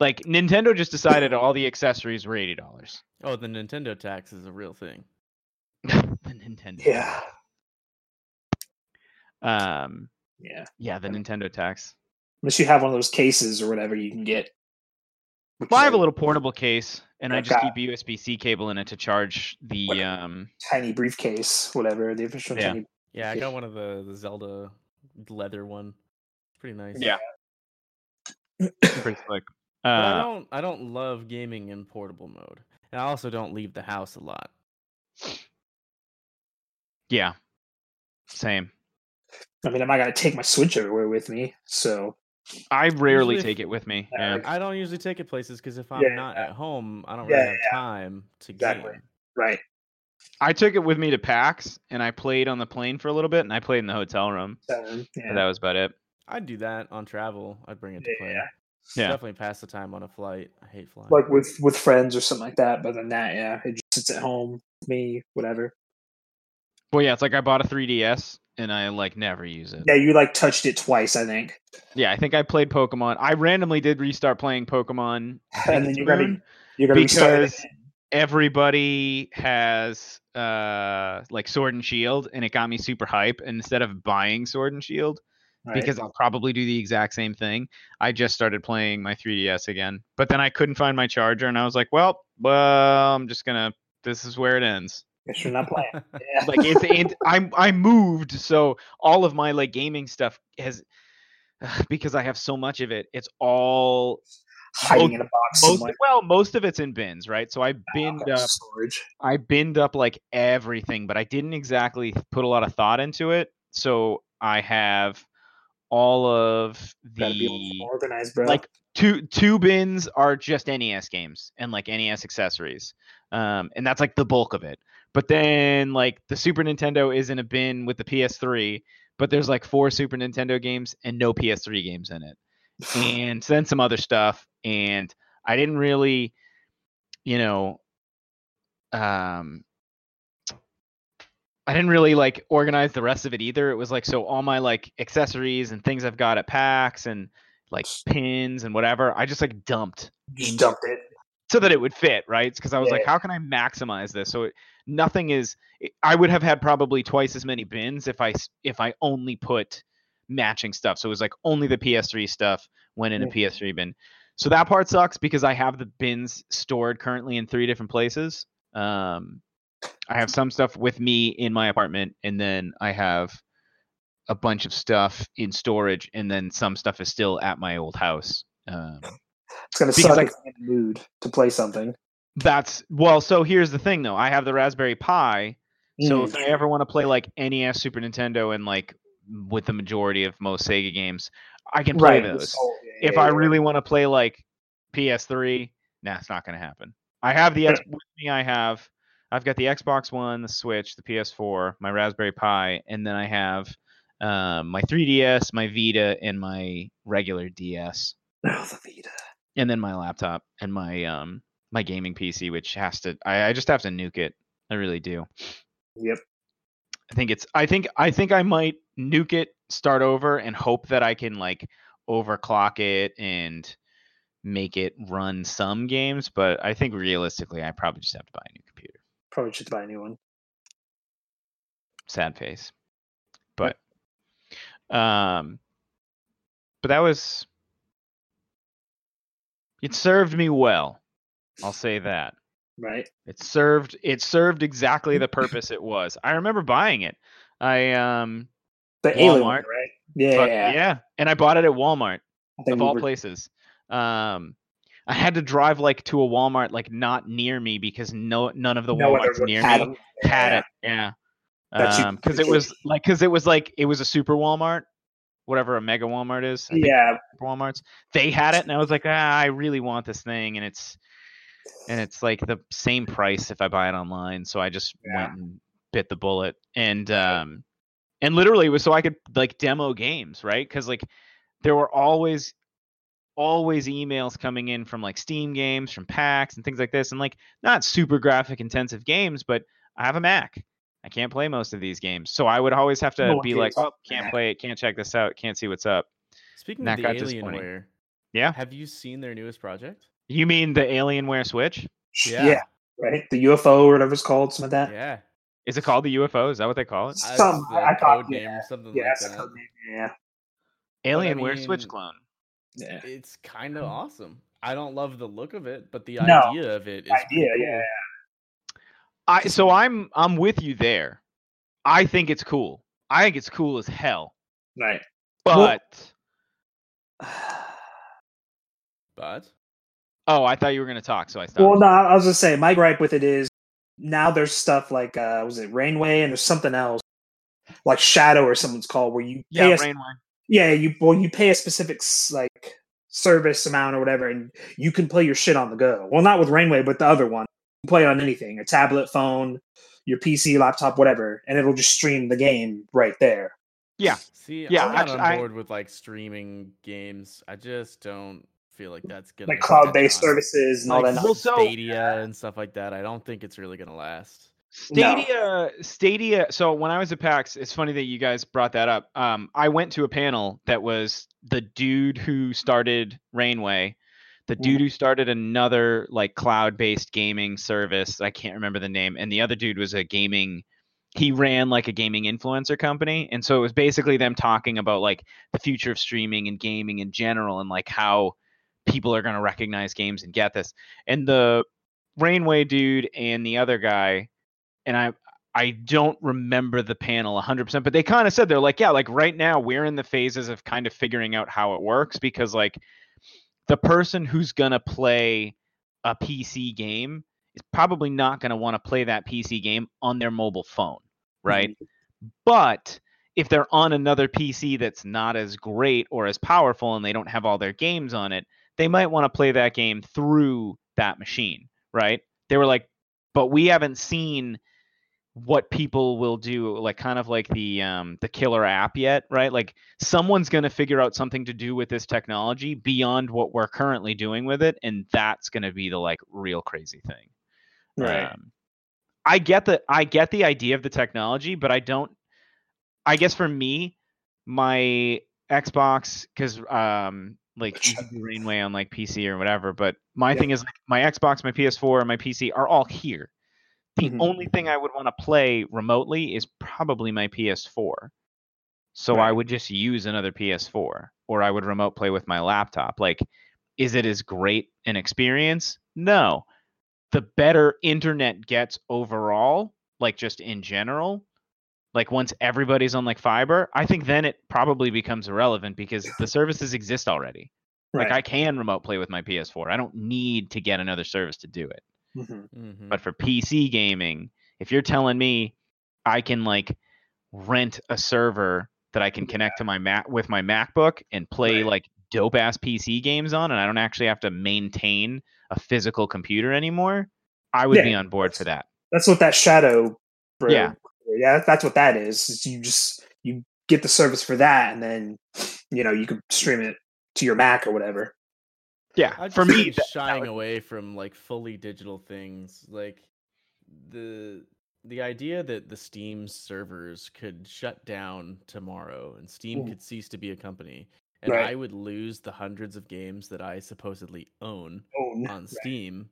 A: Like Nintendo just decided all the accessories were eighty dollars. *laughs*
B: Oh, the Nintendo tax is a real thing.
A: the Nintendo.
C: Yeah.
A: Um.
C: Yeah.
A: Yeah, the Nintendo tax.
C: Unless you have one of those cases or whatever you can get. which is
A: Well, I have a
C: like
A: little portable case, and I just
C: Okay.
A: keep a USB-C cable in it to charge the
C: Whatever.
A: um.
C: tiny briefcase, whatever the official
A: Yeah.
C: tiny
B: Yeah, I
C: Yeah.
B: got one of the, the Zelda leather one. Pretty nice.
A: Yeah. Pretty slick.
B: But I
A: Uh,
B: don't I don't love gaming in portable mode. And I also don't leave the house a lot.
A: yeah. Same.
C: I mean, I'm not gonna take my Switch everywhere with me, so
A: I rarely
B: if-
A: take it with me.
C: Yeah,
A: Yeah.
C: like-
B: I don't usually take it places because if I'm
C: Yeah,
B: not at home, I don't
C: Yeah,
B: really have time to
C: Exactly.
B: game.
C: right.
A: I took it with me to PAX, and I played on the plane for a little bit, and I played in the hotel room.
C: So, yeah.
A: But that was about it.
B: I'd do that on travel. I'd bring it to play.
C: Yeah.
A: Yeah.
B: Definitely pass the time on a flight. I hate flying.
C: like with with friends or something like that. But then that, yeah, it just sits at home, me, whatever.
A: Well, yeah, it's like I bought a 3DS and I like never use it.
C: Yeah, you like touched it twice, I think.
A: Yeah, I think I played Pokemon. I randomly did restart playing Pokemon I think
C: *laughs* and then
A: it's
C: you're gonna
A: Moon,
C: you're gonna restart it
A: because everybody has uh like Sword and Shield and it got me super hype and instead of buying Sword and Shield
C: right?
A: because I'll probably do the exact same thing. I just started playing my 3DS again, but then I couldn't find my charger, and I was like, "Well, well, I'm just gonna. This is where it ends."
C: They should not play. it. Yeah.
A: like it's
C: *laughs*
A: and I'm I moved, so all of my like gaming stuff has *sighs* because I have so much of it. It's all
C: hiding in a box
A: most
C: somewhere.
A: well, most of it's in bins, right? So I binned
C: Ah, Okay,
A: up
C: storage.
A: I binned up like everything, but I didn't exactly put a lot of thought into it. So I have all of
C: Gotta be
A: the
C: organized, bro.
A: like two two bins are just NES games and like NES accessories. Um, and that's like the bulk of it. But then like the Super Nintendo is in a bin with the PS3, but there's like four Super Nintendo games and no PS3 games in it. *laughs* And then some other stuff and I didn't really you know um I didn't really like organize the rest of it either. It was like so all my like accessories and things I've got at PAX and like pins and whatever. I just like dumped
C: just dumped it.
A: so that it would fit, right? Because I was like,
C: Yeah.
A: how can I maximize this? So it, nothing is. it- I would have had probably twice as many bins if I s- if I only put matching stuff. So it was like only the PS3 stuff went in a
C: Yeah.
A: PS3 bin. So that part sucks because I have the bins stored currently in three different places. Um, I have some stuff with me in my apartment, and then I have a bunch of stuff in storage, and then some stuff is still at my old house. Um,
C: It's gonna
A: Because,
C: suck
A: like-
C: if you're in the mood to play something.
A: that's well. So here's the thing, though. I have the Raspberry Pi, so if
C: Mm.
A: I ever want to play like NES, Super Nintendo, and like with the majority of most Sega games, I can play those.
C: Oh, yeah,
A: if
C: yeah,
A: I
C: yeah.
A: really want to play like PS3, nah, it's not going to happen. I have the X with me. I have I've got the Xbox One, the Switch, the PS4, my Raspberry Pi, and then I have um, my 3DS, my Vita, and my regular DS
C: *sighs* Oh, the Vita.
A: and then my laptop and my um my gaming PC, which has to I, I just have to nuke it. I really do.
C: Yep.
A: I think it's I think I think I might nuke it, start over, and hope that I can like overclock it and make it run some games, but I think realistically I probably just have to buy a new computer.
C: Probably should buy a new one.
A: Sad face. But um but that was it served me well. I'll say that.
C: Right.
A: It served it served exactly
C: *laughs*
A: the purpose it was. I remember buying it. I um
C: The alien, one,
A: Walmart.
C: right? Yeah.
A: fuck-
C: yeah.
A: yeah, and I bought it at Walmart
C: I think
A: of
C: we
A: all
C: were-
A: places. Um I had to drive like to a Walmart like not near me because no none of the
C: no other
A: Walmarts
C: one
A: near
C: had
A: me
C: them.
A: had
C: Yeah.
A: it. Yeah.
C: That you
A: Um 'cause cuz it was like cuz it was like it was a super Walmart, whatever a mega Walmart is. I think
C: Yeah,
A: Walmart's. They had it, and I was like, ah, I really want this thing, and it's and it's like the same price if I buy it online. So I just
C: Yeah.
A: went and bit the bullet, and um, and literally it was so I could like demo games, right? Because like there were always always emails coming in from like Steam games, from packs and things like this, and like not super graphic intensive games, but I have a Mac. I can't play most of these games, so I would always have to
C: No one
A: be
C: cares
A: like, "Oh,
C: about
A: can't
C: that.
A: play it, can't check this out, can't see what's up."
B: *laughs* Speaking
A: That
B: of the
A: got disappointing.
B: Alienware,
A: Yeah.
B: have you seen their newest project?
A: You mean the Alienware Switch?
C: Yeah. right. The UFO or whatever it's called, some of that.
B: yeah.
A: Is it called the UFO? Is that what they call it?
B: I-
C: Some-
B: the
C: I thought-
B: code name, or something
C: Yeah,
B: like
C: that's a
B: that.
C: code name, yeah,
A: Alienware Switch
B: mean-
A: clone.
C: yeah. Mm-hmm.
B: It's kind of awesome. I don't love the look of it, but the
C: No,
B: idea of it is
C: Idea,
B: pretty
C: yeah.
A: I so I'm I'm with you there. I think it's cool. I think it's cool as hell.
C: Right.
A: But
C: Well- *sighs*
B: But
A: oh, I thought you were gonna talk, so I stopped.
C: Well, no, I was gonna say my gripe with it is now there's stuff like uh was it Rainway and there's something else like Shadow or someone's called where you
A: yeah,
C: pay a-
A: Rainware.
C: yeah you well you pay a specific s- like service amount or whatever and you can play your shit on the go. Well, not with Rainway, but the other one. You can play on anything, a tablet, phone, your PC, laptop, whatever, and it'll just stream the game right there.
B: see,
A: Yeah,
B: I'm not
A: actu- I-
B: on board with like streaming games. I just don't feel like that's gonna
C: Like
B: be
C: cloud-based
B: that long.
C: services and all
B: Like
C: that.
A: Well, so-
B: Stadia and stuff like that. I don't think it's really gonna last.
C: No.
A: Stadia, Stadia. So when I was at PAX, it's funny that you guys brought that up. Um, I went to a panel that was the dude who started Rainway, the
C: Mhm.
A: dude who started another like cloud-based gaming service. I can't remember the name, and the other dude was a gaming. He ran like a gaming influencer company, and so it was basically them talking about like the future of streaming and gaming in general, and like how people are going to recognize games and get this. And the Rainway dude and the other guy and I I don't remember the panel 100%, but they kind of said they're like, yeah, like right now we're in the phases of kind of figuring out how it works because like the person who's going to play a PC game is probably not going to want to play that PC game on their mobile phone, right? Mm-hmm. But if they're on another PC that's not as great or as powerful and they don't have all their games on it, they might want to play that game through that machine, right? They were like, but we haven't seen what people will do like kind of like the um the killer app yet right like someone's going to figure out something to do with this technology beyond what we're currently doing with it and that's going to be the like real crazy thing
C: right um,
A: i get the i get the idea of the technology but i don't i guess for me my xbox because um like you can do rainway on like pc or whatever but my yeah. thing is like my xbox my ps4 and my pc are all here the mm-hmm. only thing I would want to play remotely is probably my PS4. So right. I would just use another PS4 or I would remote play with my laptop. Like, is it as great an experience? No. The better internet gets overall, like just in general, like once everybody's on like fiber, I think then it probably becomes irrelevant because the services exist already. Right. Like I can remote play with my PS4. I don't need to get another service to do it.
C: Mm-hmm.
A: But for PC gaming, if you're telling me I can like rent a server that I can connect yeah. to my Mac with my MacBook and play right. like dope ass PC games on, and I don't actually have to maintain a physical computer anymore, I would yeah, be on board for that.
C: That's what that shadow.
A: Bro, yeah,
C: yeah, that's what that is. is you just you get the service for that, and then you know you can stream it to your Mac or whatever.
A: Yeah,
B: I'd
A: for me,
B: that, shying that would... away from like fully digital things, like the the idea that the Steam servers could shut down tomorrow and Steam Ooh. could cease to be a company, and Mm-hmm. right. I would lose the hundreds of games that I supposedly *laughs* own,
C: own.
B: on Steam.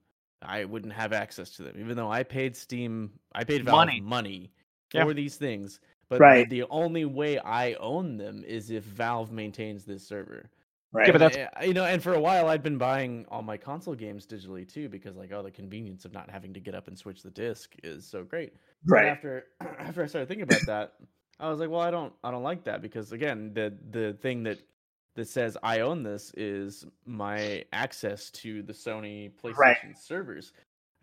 B: Right. I wouldn't have access to them, even though I paid Steam, I paid Valve money, money yeah. for these things. But
C: right.
B: the only way I own them is if Valve maintains this server.
C: Right.
A: Yeah, but that's
B: you know, and for a while I'd been buying all my console games digitally too because like oh the convenience of not having to get up and switch the disc is so great.
C: Right.
B: But after *clears throat* after I started thinking about that, I was like, well, I don't I don't like that because again, the the thing that that says I own this is my access to the Sony PlayStation right. servers.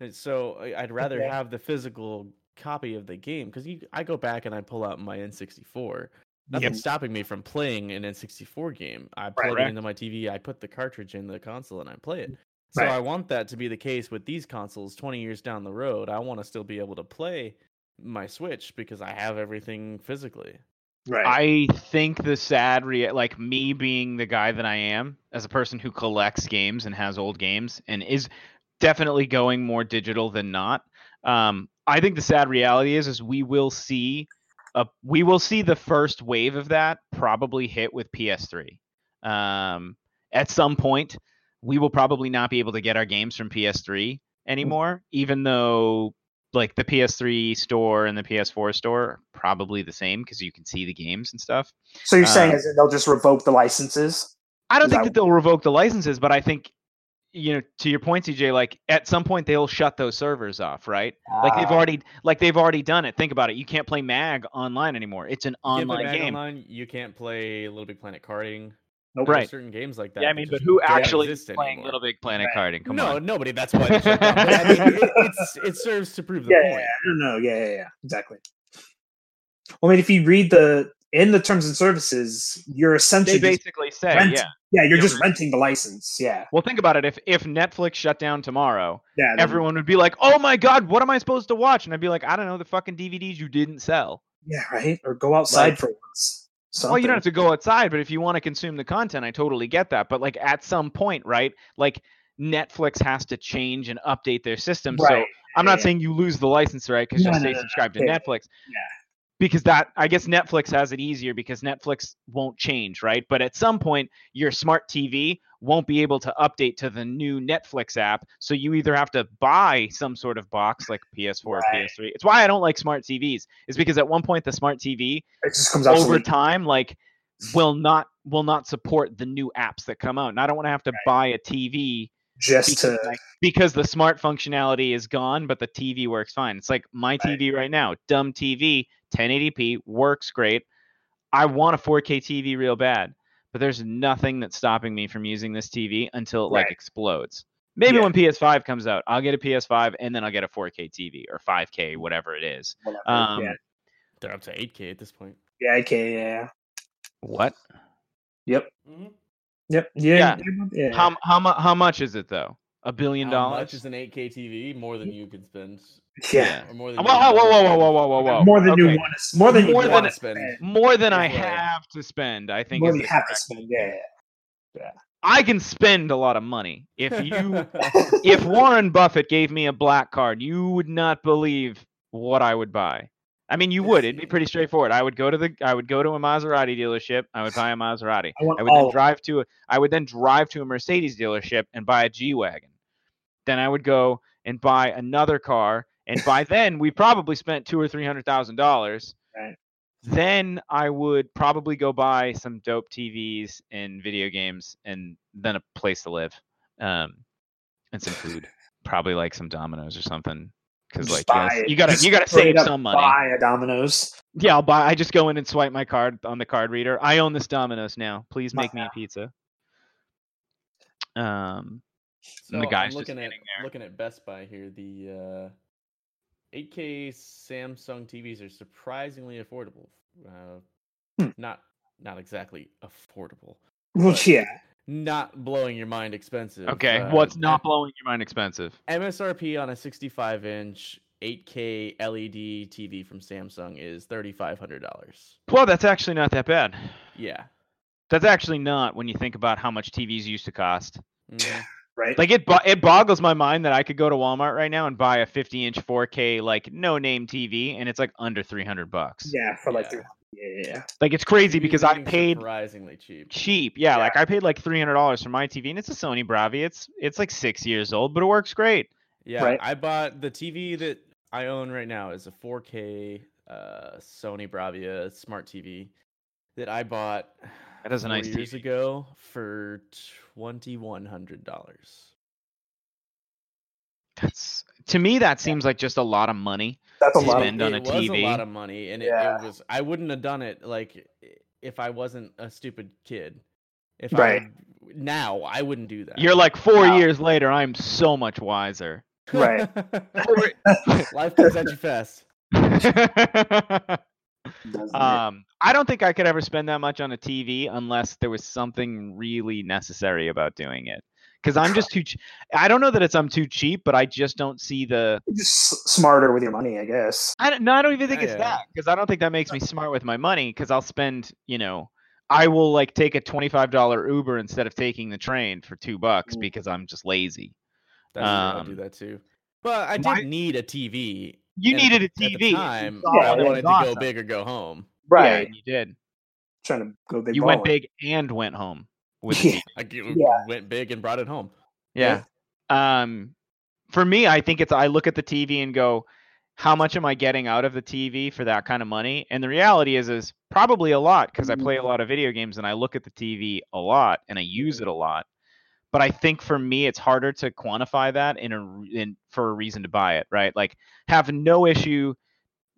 B: And so I'd rather okay. have the physical copy of the game because I go back and I pull out my N64 Nothing's yep. stopping me from playing an N64 game. I plug right, it right. into my TV, I put the cartridge in the console, and I play it. So right. I want that to be the case with these consoles 20 years down the road. I want to still be able to play my Switch because I have everything physically.
A: Right. I think the sad rea- like me being the guy that I am as a person who collects games and has old games and is definitely going more digital than not. Um, I think the sad reality is is we will see uh, we will see the first wave of that probably hit with PS3. Um, at some point, we will probably not be able to get our games from PS3 anymore, even though like the PS3 store and the PS4 store are probably the same because you can see the games and stuff.
C: So you're um,
A: uh,
C: saying is they'll just revoke the licenses?
A: I don't think that, that they'll revoke the licenses, but I think you know to your point cj like at some point they'll shut those servers off right ah. like they've already like they've already done it think about it you can't play mag online anymore it's an online game online,
B: you can't play little big planet karting
A: nope. right
B: certain games like that
A: yeah i mean but who actually is playing anymore. little big planet right. karting Come
B: no
A: on.
B: nobody that's why I mean, it, it, serves
A: *laughs*
B: to prove the
C: yeah,
B: point
C: yeah, no yeah yeah yeah exactly well, i mean if you read the in the terms and services, you're essentially
A: they basically say,
C: renting.
A: yeah,
C: yeah, you're, you're just renting. renting the license. Yeah.
A: Well, think about it. If if Netflix shut down tomorrow,
C: yeah,
A: everyone would be like, "Oh my god, what am I supposed to watch?" And I'd be like, "I don't know, the fucking DVDs you didn't sell."
C: Yeah, right. Or go outside like, for once.
A: Something. Well, you don't have to go outside, but if you want to consume the content, I totally get that. But like at some point, right? Like Netflix has to change and update their system. Right. So I'm not yeah. saying you lose the license, right? Because no, you'll no, stay no, subscribed to yeah. Netflix.
C: Yeah
A: because that I guess Netflix has it easier because Netflix won't change, right? But at some point your smart TV won't be able to update to the new Netflix app, so you either have to buy some sort of box like PS4 right. or PS3. It's why I don't like smart TVs. Is because at one point the smart TV
C: it just comes
A: over obsolete. time like will not will not support the new apps that come out. And I don't want to have to right. buy a TV
C: just
A: because,
C: to
A: like- because the smart functionality is gone, but the TV works fine. It's like my TV right now, dumb TV, 1080p works great. I want a 4K TV real bad, but there's nothing that's stopping me from using this TV until it like
C: Right.
A: explodes. Maybe
C: Yeah.
A: when PS5 comes out, I'll get a PS5 and then I'll get a 4K TV or 5K, whatever it is.
C: whatever.
A: Um,
C: yeah,
B: They're up to 8K at this point.
C: yeah, okay, yeah,
A: What? Mm-hmm.
C: yep, yeah,
A: Yeah.
C: yeah. yeah.
A: How how mu- how much is it though? A billion
B: How much
A: dollars?
B: is an 8K TV? More than you can spend.
C: yeah.
B: Or more than
A: Whoa,
B: you
A: "Oh, whoa, whoa, whoa,
B: can spend.
A: whoa, whoa, whoa, whoa.
C: more than
A: Okay.
C: you want to, s- more than you
A: More than-
C: want
B: wanna
C: to spend,
A: More than I
B: Is what I-
A: have to spend, I think.
C: more
A: Is
C: than you
A: the
C: have to
A: correct-
C: spend. Yeah,
A: I can spend a lot of money. If
B: *laughs*
A: you, if Warren Buffett gave me a black card, you would not believe what I would buy. I mean, you would. It'd be pretty straightforward. I would go to the, I would go to a Maserati dealership. I would buy a Maserati.
C: I want
A: I would
C: all.
A: then drive to a, I would then drive to a Mercedes dealership and buy a G wagon. Then I would go and buy another car, and
C: *laughs*
A: by then we probably spent two or three hundred thousand dollars.
C: Right.
A: Then I would probably go buy some dope TVs and video games, and then a place to live, um, and some
C: *laughs*
A: food. probably like some Domino's or something. Because like
C: Just
A: you gotta,
C: buy it.
A: you gotta,
C: Just
A: you gotta
C: straight
A: save
C: up
A: some money.
C: Buy a Domino's.
A: Yeah, I'll buy. I just go in and swipe my card on the card reader. I own this Domino's now. Please
C: Wow.
A: make me a pizza. Um,
B: So
A: the guy's
B: I'm
A: just
B: looking at
A: standing there.
B: looking at Best Buy here. The uh, 8K Samsung TVs are surprisingly affordable. Uh,
C: Hmm.
B: Not not exactly affordable.
C: Well,
B: But-
C: yeah,
B: Not blowing your mind expensive.
A: okay,
B: uh,
A: what's
B: uh,
A: not blowing your mind expensive?
B: MSRP on a 65 inch 8K LED TV from Samsung is $3,500.
A: Well, that's actually not that bad.
B: Yeah.
A: That's actually not when you think about how much TVs used to cost.
B: mhm.
C: right.
A: Like it, bo- it boggles my mind that I could go to Walmart right now and buy a 50-inch 4K like no-name TV, and it's like under 300 bucks.
C: yeah, for like
B: yeah.
C: three. Yeah, yeah, yeah.
A: Like it's crazy
B: TVs
A: because I
B: being
A: paid
B: surprisingly cheap.
A: cheap. Yeah,
C: Yeah.
A: like I paid like three hundred dollars for my TV, and it's a Sony Bravia. It's it's like six years old, but it works great.
B: Yeah,
C: Right.
B: I bought the TV that I own right now is a 4K uh, Sony Bravia smart TV that I bought
A: That is a
B: four
A: nice
B: years
A: TV.
B: ago for twenty one hundred dollars.
A: That's to me that seems like just a lot of money.
C: That's a lot. Of,
A: Spend on a
B: it was a lot
A: TV.
B: of money, and it,
C: Yeah.
B: it was I wouldn't have done it like i- if I wasn't a stupid kid. If
C: Right.
B: I would- now I wouldn't do that.
A: You're
B: *laughs*
A: like four
C: Wow.
A: years later. I'm so much
C: *laughs*
A: wiser.
C: Right.
A: *laughs*
B: Life comes at you fast.
C: doesn't it?
A: um, I don't think I could ever spend that much on a TV unless there was something really necessary about doing it. Because I'm just too. Ch- I don't know that it's I'm too cheap, but I just don't see the.
C: just s- smarter with your money, I guess.
A: I don't, no, I don't even think it's
B: Yeah.
A: that because I don't think that makes me smart with my money because I'll spend, you know, I will like take a twenty-five dollar Uber instead of taking the train for two bucks
C: Mm.
A: because I'm just lazy.
B: That's I'll do
A: Um,
B: that too. But I did
A: my-
B: need a TV.
A: You
B: and at
A: needed a
B: the-
A: TV.
B: At
A: you
B: the time,
A: saw
C: Yeah,
A: one
B: I
A: that
B: wanted
A: was
B: to
A: awesome.
B: go big or go home.
A: Yeah,
C: Right.
A: and you did.
C: Trying to go big.
A: you went
C: baller.
A: big and went home with
C: *laughs* Yeah.
A: the TV.
B: I g-
C: Yeah.
B: went big and brought it home.
A: Yeah. Um, for me, I think it's I look at the TV and go, how much am I getting out of the TV for that kind of money? And the reality is, is probably a lot because I
C: Mm-hmm.
A: play a lot of video games and I look at the TV a lot and I use it a lot. But I think for me, it's harder to quantify that in a re- in, for a reason to buy it, right? Like have no issue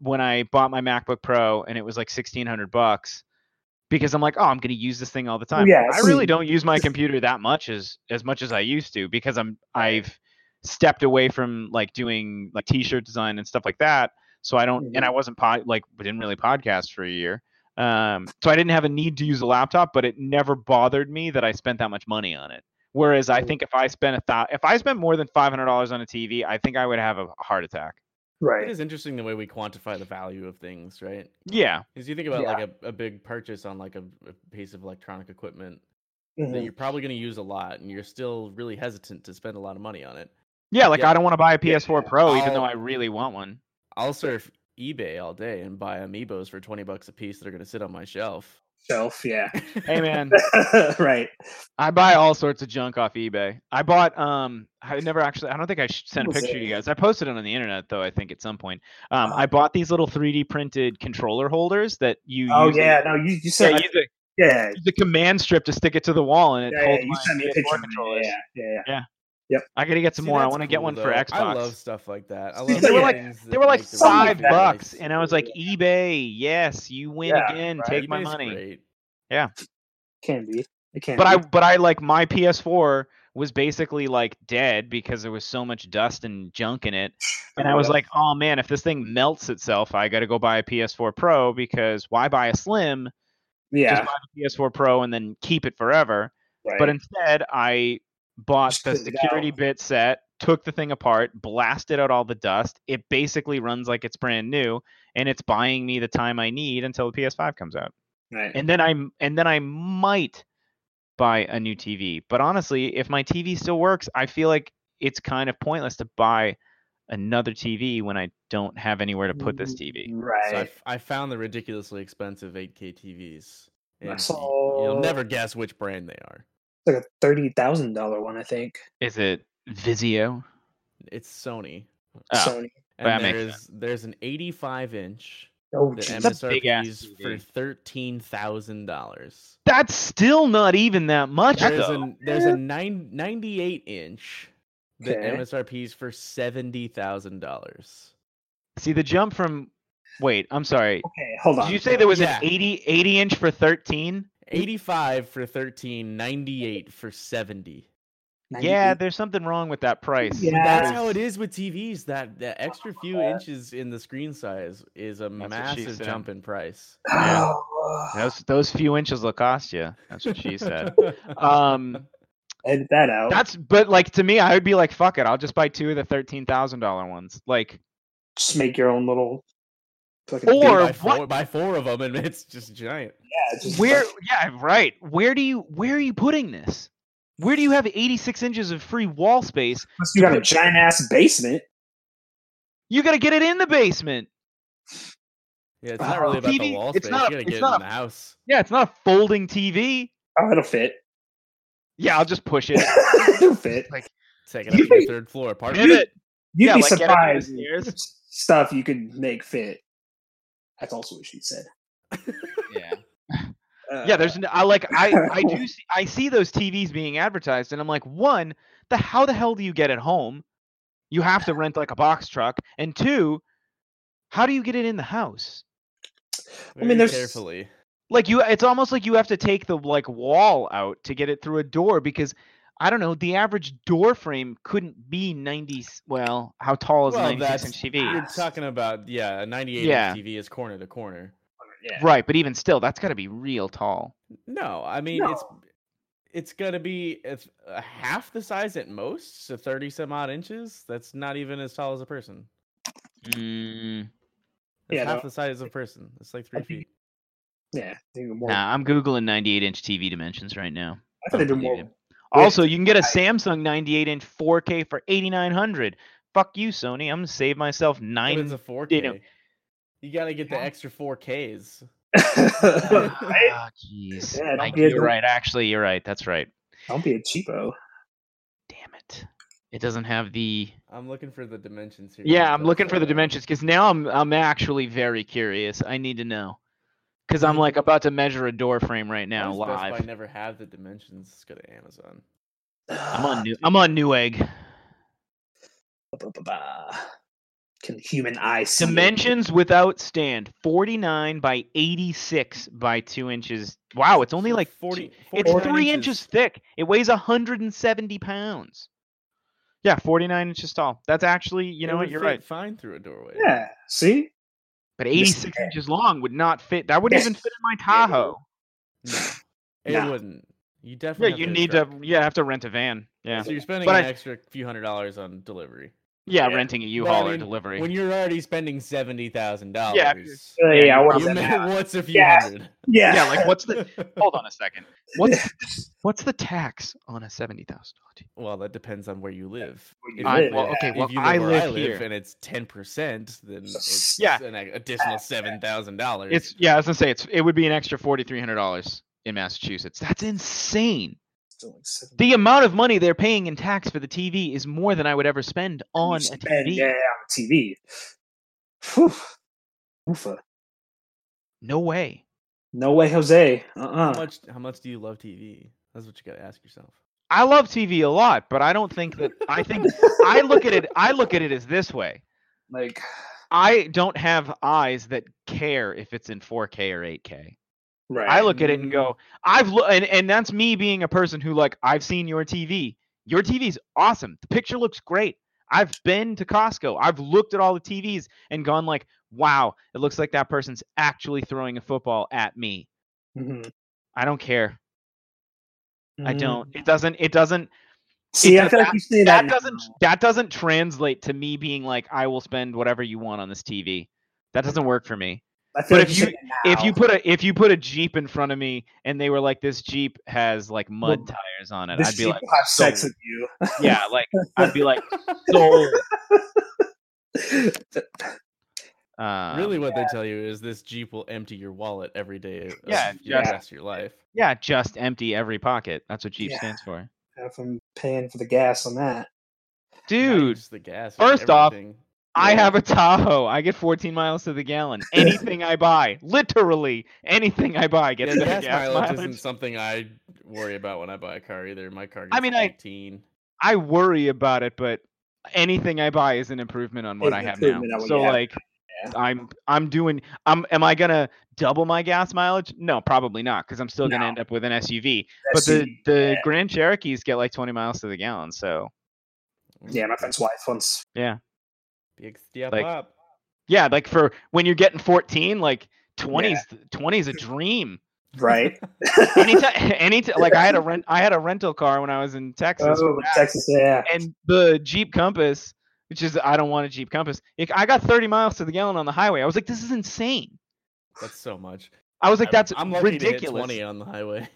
A: when I bought my MacBook Pro and it was like sixteen hundred bucks because I'm like, oh, I'm gonna use this thing all the time.
C: yeah,
A: I
C: it's-
A: really don't use my computer that much as as much as I used to because I'm I've stepped away from like doing like t-shirt design and stuff like that. So I don't and I wasn't pod like we didn't really podcast for a year. Um, so I didn't have a need to use a laptop, but it never bothered me that I spent that much money on it. Whereas I
C: Mm.
A: think if I spent a thou- if I spent more than five hundred dollars on a TV, I think I would have a heart attack.
B: It
C: Right.
B: is interesting the way we quantify the value of things, right?
A: Yeah,
B: Because you think about like a, a big purchase on like a, a piece of electronic equipment that
A: Mm-hmm.
C: Mhm.
B: you're probably going to use a lot, and you're still really hesitant to spend a lot of money on it.
A: yeah. Like
B: Yeah.
A: I don't want to buy a
C: Yeah.
A: PS4 Pro, even
C: Oh.
A: though
B: I'll-
A: I really want one.
B: I'll surf eBay all day and buy amiibos for twenty bucks a piece that are going to sit on my shelf.
C: Shelf. Yeah. *laughs*
A: Hey
B: *laughs*
A: man,
C: right.
A: I buy all sorts of junk off eBay. I bought um I never actually I don't think I sh- sent a
C: What was
A: picture to
C: it? Uh-huh.
A: you guys. I posted it on the internet though I think at some point. Um I bought these little 3D printed controller holders that you
C: Oh
A: use a-
C: yeah. No, you you
A: yeah,
C: said
A: use a-
C: yeah.
A: use a command strip to stick it to the wall and it
C: Yeah, yeah,
A: holds
C: you
A: my
C: sent me a
A: PS4
C: picture. of it,
A: controllers.
C: Yeah, yeah, yeah.
A: Yeah.
C: Yep.
A: I gotta get some
B: See,
A: more. I
B: that's
A: want to get
B: cool,
A: one for
B: though.
A: Xbox.
B: I love stuff like that. I
C: See,
B: love
C: they were
A: like-
B: things
A: they
B: that
A: were like
B: make the
C: something
A: five
B: world feel like
A: bucks, and I was like, eBay, yes, you win
C: Yeah,
A: again.
C: right.
A: Take my
B: eBay's
A: money.
B: great.
C: Can be. It can.
A: But
C: be.
A: I, but I like my PS4 was basically like dead because there was so much dust and junk in it, and I was like, oh man, if this thing melts itself, I gotta go buy a PS4 Pro because why buy a Slim?
C: yeah.
A: Just buy the PS4 Pro and then keep it forever.
C: right.
A: But instead, I bought
C: Just
A: the
C: took it
A: security
C: out.
A: bit set, took the thing apart, blasted out all the dust. It basically runs like it's brand new, and it's buying me the time I need until the PS5 comes out.
C: right.
A: And then I'm and then I might buy a new TV. But honestly, if my TV still works, I feel like it's kind of pointless to buy another TV when I don't have anywhere to put this TV.
B: So I,
C: Mm, Right.
B: f- I found the ridiculously expensive 8K TVs. and
C: I
B: y-
C: saw-
B: You'll never guess which brand they are.
C: It's like a thirty thousand dollar one, I think.
A: Is it Vizio?
B: It's Sony.
A: Oh,
C: Sony.
A: that
B: And
A: makes
B: there's there's an 85 inch
C: Oh,
B: that
C: jeez.
A: That's a big-ass
B: MSRP's for
A: TV.
B: thirteen thousand dollars.
A: That's still not even that much
B: There's
A: though.
B: a there's a nine, 98 inch that
C: Okay.
B: MSRP's for seventy thousand dollars.
A: See the jump from wait, I'm sorry.
C: Okay, hold on.
A: Did you say there was
B: Yeah.
A: an 80 80 inch for 13?
B: 85 for 13, 98 for 70.
A: Yeah, there's something wrong with that price.
C: Yeah.
B: That's
C: Yes.
B: how it is with TVs. That that extra few
C: Yeah.
B: inches in the screen size is a
A: what she
B: massive
A: said.
B: jump in price.
A: Yeah.
C: Oh,
A: Those those few inches will cost you. That's what she
B: *laughs*
A: said. Um
C: *sighs* edit that out.
A: That's but like to me, I would be like, fuck it, I'll just buy two of the thirteen thousand dollar ones. Like
C: Just make your own little. fucking
A: Or-
C: beat.
B: buy
A: what-
B: four, buy four of them, and it's just giant.
C: Yeah, just
A: where yeah, right. Where do you where are you putting this? Where do you have eighty six inches of free wall space?
C: Unless you got a giant ass basement.
A: You gotta get it in the basement.
B: Yeah, it's not
C: Oh.
B: really about
A: TV
B: the wall
A: it's
B: space.
A: not a-
B: you gotta
A: it's
B: get it in
A: not
B: the
A: a-
B: house.
A: Yeah, it's not a folding TV.
C: Oh, it'll fit.
A: Yeah, I'll just push
C: *laughs*
A: it.
C: it'll fit.
A: Like
B: Take it up
C: You
B: to your
C: think-
B: third floor apartment.
A: pivot.
C: You'd
A: Yeah,
C: be
A: like, get up the
C: surprised
A: stairs.
C: s- *laughs* stuff you could make fit. That's also what she said.
A: Yeah.
C: Uh,
A: Yeah, there's no, I like I I do see, I see those TVs being advertised, and I'm like, one, the how the hell do you get it home? You have to rent like a box truck, and two, how do you get it in the house?
C: I mean,
B: Very
C: there's-
B: carefully.
A: Like you, it's almost like you have to take the like wall out to get it through a door because I don't know, the average door frame couldn't be 90. Well, how tall is
B: Well,
A: a 96 inch
B: that's-
A: TV?
B: You're talking about yeah, a 98
A: Yeah.
B: inch TV is corner to corner.
C: yeah.
A: Right, but even still, that's got to be real tall.
B: No, I mean it's it's gonna be if uh, half the size at most, so 30 some odd inches. That's not even as tall as a person.
A: Mm,
B: That's
C: Yeah,
B: half
C: no.
B: the size of a person. It's like
C: I
B: three
C: think-
B: feet.
C: Yeah, they were more,
A: nah, I'm googling 98 inch TV dimensions right now.
C: I thought they'd be more.
A: Unbelievable. Also, you can get a Samsung 98 inch 4K for 8900. Fuck you, Sony. I'm gonna save myself
B: But
A: nine. *laughs*
B: it's a 4K. You, gotta get the
A: Yeah.
B: extra 4Ks.
C: Right?
A: Ah, jeez.
C: Yeah, don't
A: Like,
C: be a
A: you're
C: dork.
A: right. Actually, you're right. That's right.
C: *laughs* Don't be a cheapo.
A: Damn it. It doesn't have the.
B: I'm looking for the dimensions here.
A: Yeah, I'm looking for the
B: uh,
A: dimensions because now I'm I'm actually very curious. I need to know because I'm like about to measure a door frame right
B: why
A: now
B: does Mm-hmm. Best Buy
A: live.
B: never have the dimensions. Let's go to Amazon.
A: I'm
B: Ah,
C: *sighs*
A: on new. I'm on Newegg.
C: Ba-ba-ba-ba. Can human eye see? it?
A: Dimensions without stand: 49 by 86 by two inches. Wow, it's only
B: So
A: like 40.
B: 40.
A: It's
B: 49
A: three inches. thick. It weighs 170 pounds. Yeah, 49 inches tall. That's actually, you
B: It
A: know what,
B: would
A: you're
B: fit
A: right.
B: Fine through a doorway.
C: Yeah. See?
A: But
C: Yes,
A: 86
B: *laughs*
C: yeah.
A: inches long would not fit. That wouldn't even fit in my
C: Yeah, it
A: Tahoe. *laughs*
C: would.
B: No, it
C: Nah.
B: wouldn't. You
A: Yeah,
B: definitely. have
A: you
B: get a
A: need
B: truck.
A: to. Yeah, have to rent a van. Yeah,
B: So you're spending
A: But
B: an
A: I-
B: extra few hundred dollars on delivery.
A: yeah,
C: Yeah.
A: renting a
B: But I
A: U-Haul or
B: mean,
A: delivery.
B: When you're already spending seventy thousand
A: Yeah,
B: dollars.
C: Uh,
A: Yeah,
C: yeah. I
A: you
C: want
A: probably-
C: that.
B: *laughs* What's a few
C: Yeah.
B: hundred?
C: Yeah.
A: yeah, like what's
B: *laughs*
A: the? *laughs* Hold on a second.
C: *laughs*
A: What's what's the tax on a seventy thousand dollar?
B: Well, that depends on where you live.
C: Where you
B: If
C: I-
B: you live,
C: well,
A: okay,
B: if
A: well,
B: you
A: I
B: where
A: live
B: I live
A: here.
B: and it's ten percent, then it's
A: Yeah.
B: an additional seven thousand dollars.
A: It's yeah. I was gonna say it's it would be an extra forty three hundred dollars in Massachusetts. That's insane.
C: Still like seven-
A: The amount of money they're paying in tax for the TV is more than I would ever spend on a
C: spend,
A: TV.
C: Yeah, on a TV. Whew. Oofa.
A: No way.
C: No way, Jose. Uh uh
B: how much? How much do you love TV? That's what you got to ask yourself.
A: I love TV a lot, but I don't think that I think I look at it I look at it as this way.
C: Like
A: I don't have eyes that care if it's in 4K or 8K.
C: right.
A: I look at it and go, I've lo- and and that's me being a person who like I've seen your TV. Your TV's awesome. The picture looks great. I've been to Costco. I've looked at all the TVs and gone like, "Wow, it looks like that person's actually throwing a football at me."
C: Mhm.
A: I don't care. I
C: Mhm.
A: don't. It doesn't it doesn't
C: See,
A: it
C: I
A: does
C: feel like you say that.
A: that
C: now.
A: doesn't that doesn't translate to me being like I will spend whatever you want on this TV. That doesn't work for me.
C: I
A: but
C: feel like
A: if
C: you,
A: you-
C: say
A: If you put a if you put a Jeep in front of me and they were like this Jeep has like mud
C: Well,
A: tires on it,
C: this
A: I'd be
C: sheep
A: like
C: will have sex
A: sold.
C: with you.
A: yeah, like I'd be
C: *laughs*
A: like sold. Um,
B: really, what they tell you is this Jeep will empty your wallet every day. of
A: Yeah,
B: your- the
C: yeah.
B: rest of your life.
A: Yeah, just empty every pocket. That's what Jeep
C: Yeah.
A: stands for.
C: if I'm paying for the gas on that.
B: Not even
A: Dude,
B: just the gas.
A: first off, I
B: Yeah.
A: have a Tahoe. I get 14 miles to the
C: *laughs*
A: gallon. Anything I buy, literally anything I buy
B: yeah,
A: gets better
B: gas,
A: gas
B: mileage,
A: mileage.
B: isn't something I worry about when I buy a car either. My car. Gets
A: I mean, I-
B: 18.
A: I worry about it, but anything I buy is an improvement on what
C: Is
A: I
C: an
A: have now.
C: improvement on what
A: So
C: you have.
A: like
C: Yeah.
A: I'm I'm doing I'm am I gonna double my gas mileage? No, probably not, because I'm still gonna
C: No.
A: end up with an SUV.
C: That's
A: but the,
C: who-
A: the Grand Cherokees get like 20 miles to the gallon. So
C: yeah, my friend's wife
A: *laughs*
C: once.
B: Big step
A: like-
B: up.
A: yeah, like for when you're getting 14, like 20s 20s
B: *laughs*
A: a dream.
C: Right.
A: Anytime, *laughs* anytime, like I
B: *laughs*
A: had a rent, I had a rental car when I was in Texas,
C: *laughs* oh, Texas, yeah.
A: and the Jeep Compass, which is I don't want a Jeep Compass. it- I got 30 miles to the gallon on the highway. I was like, this is insane.
B: That's so much.
A: I was like,
B: I'm-
A: that's
B: I'm lucky To hit
A: ridiculous.
B: 20 on the highway.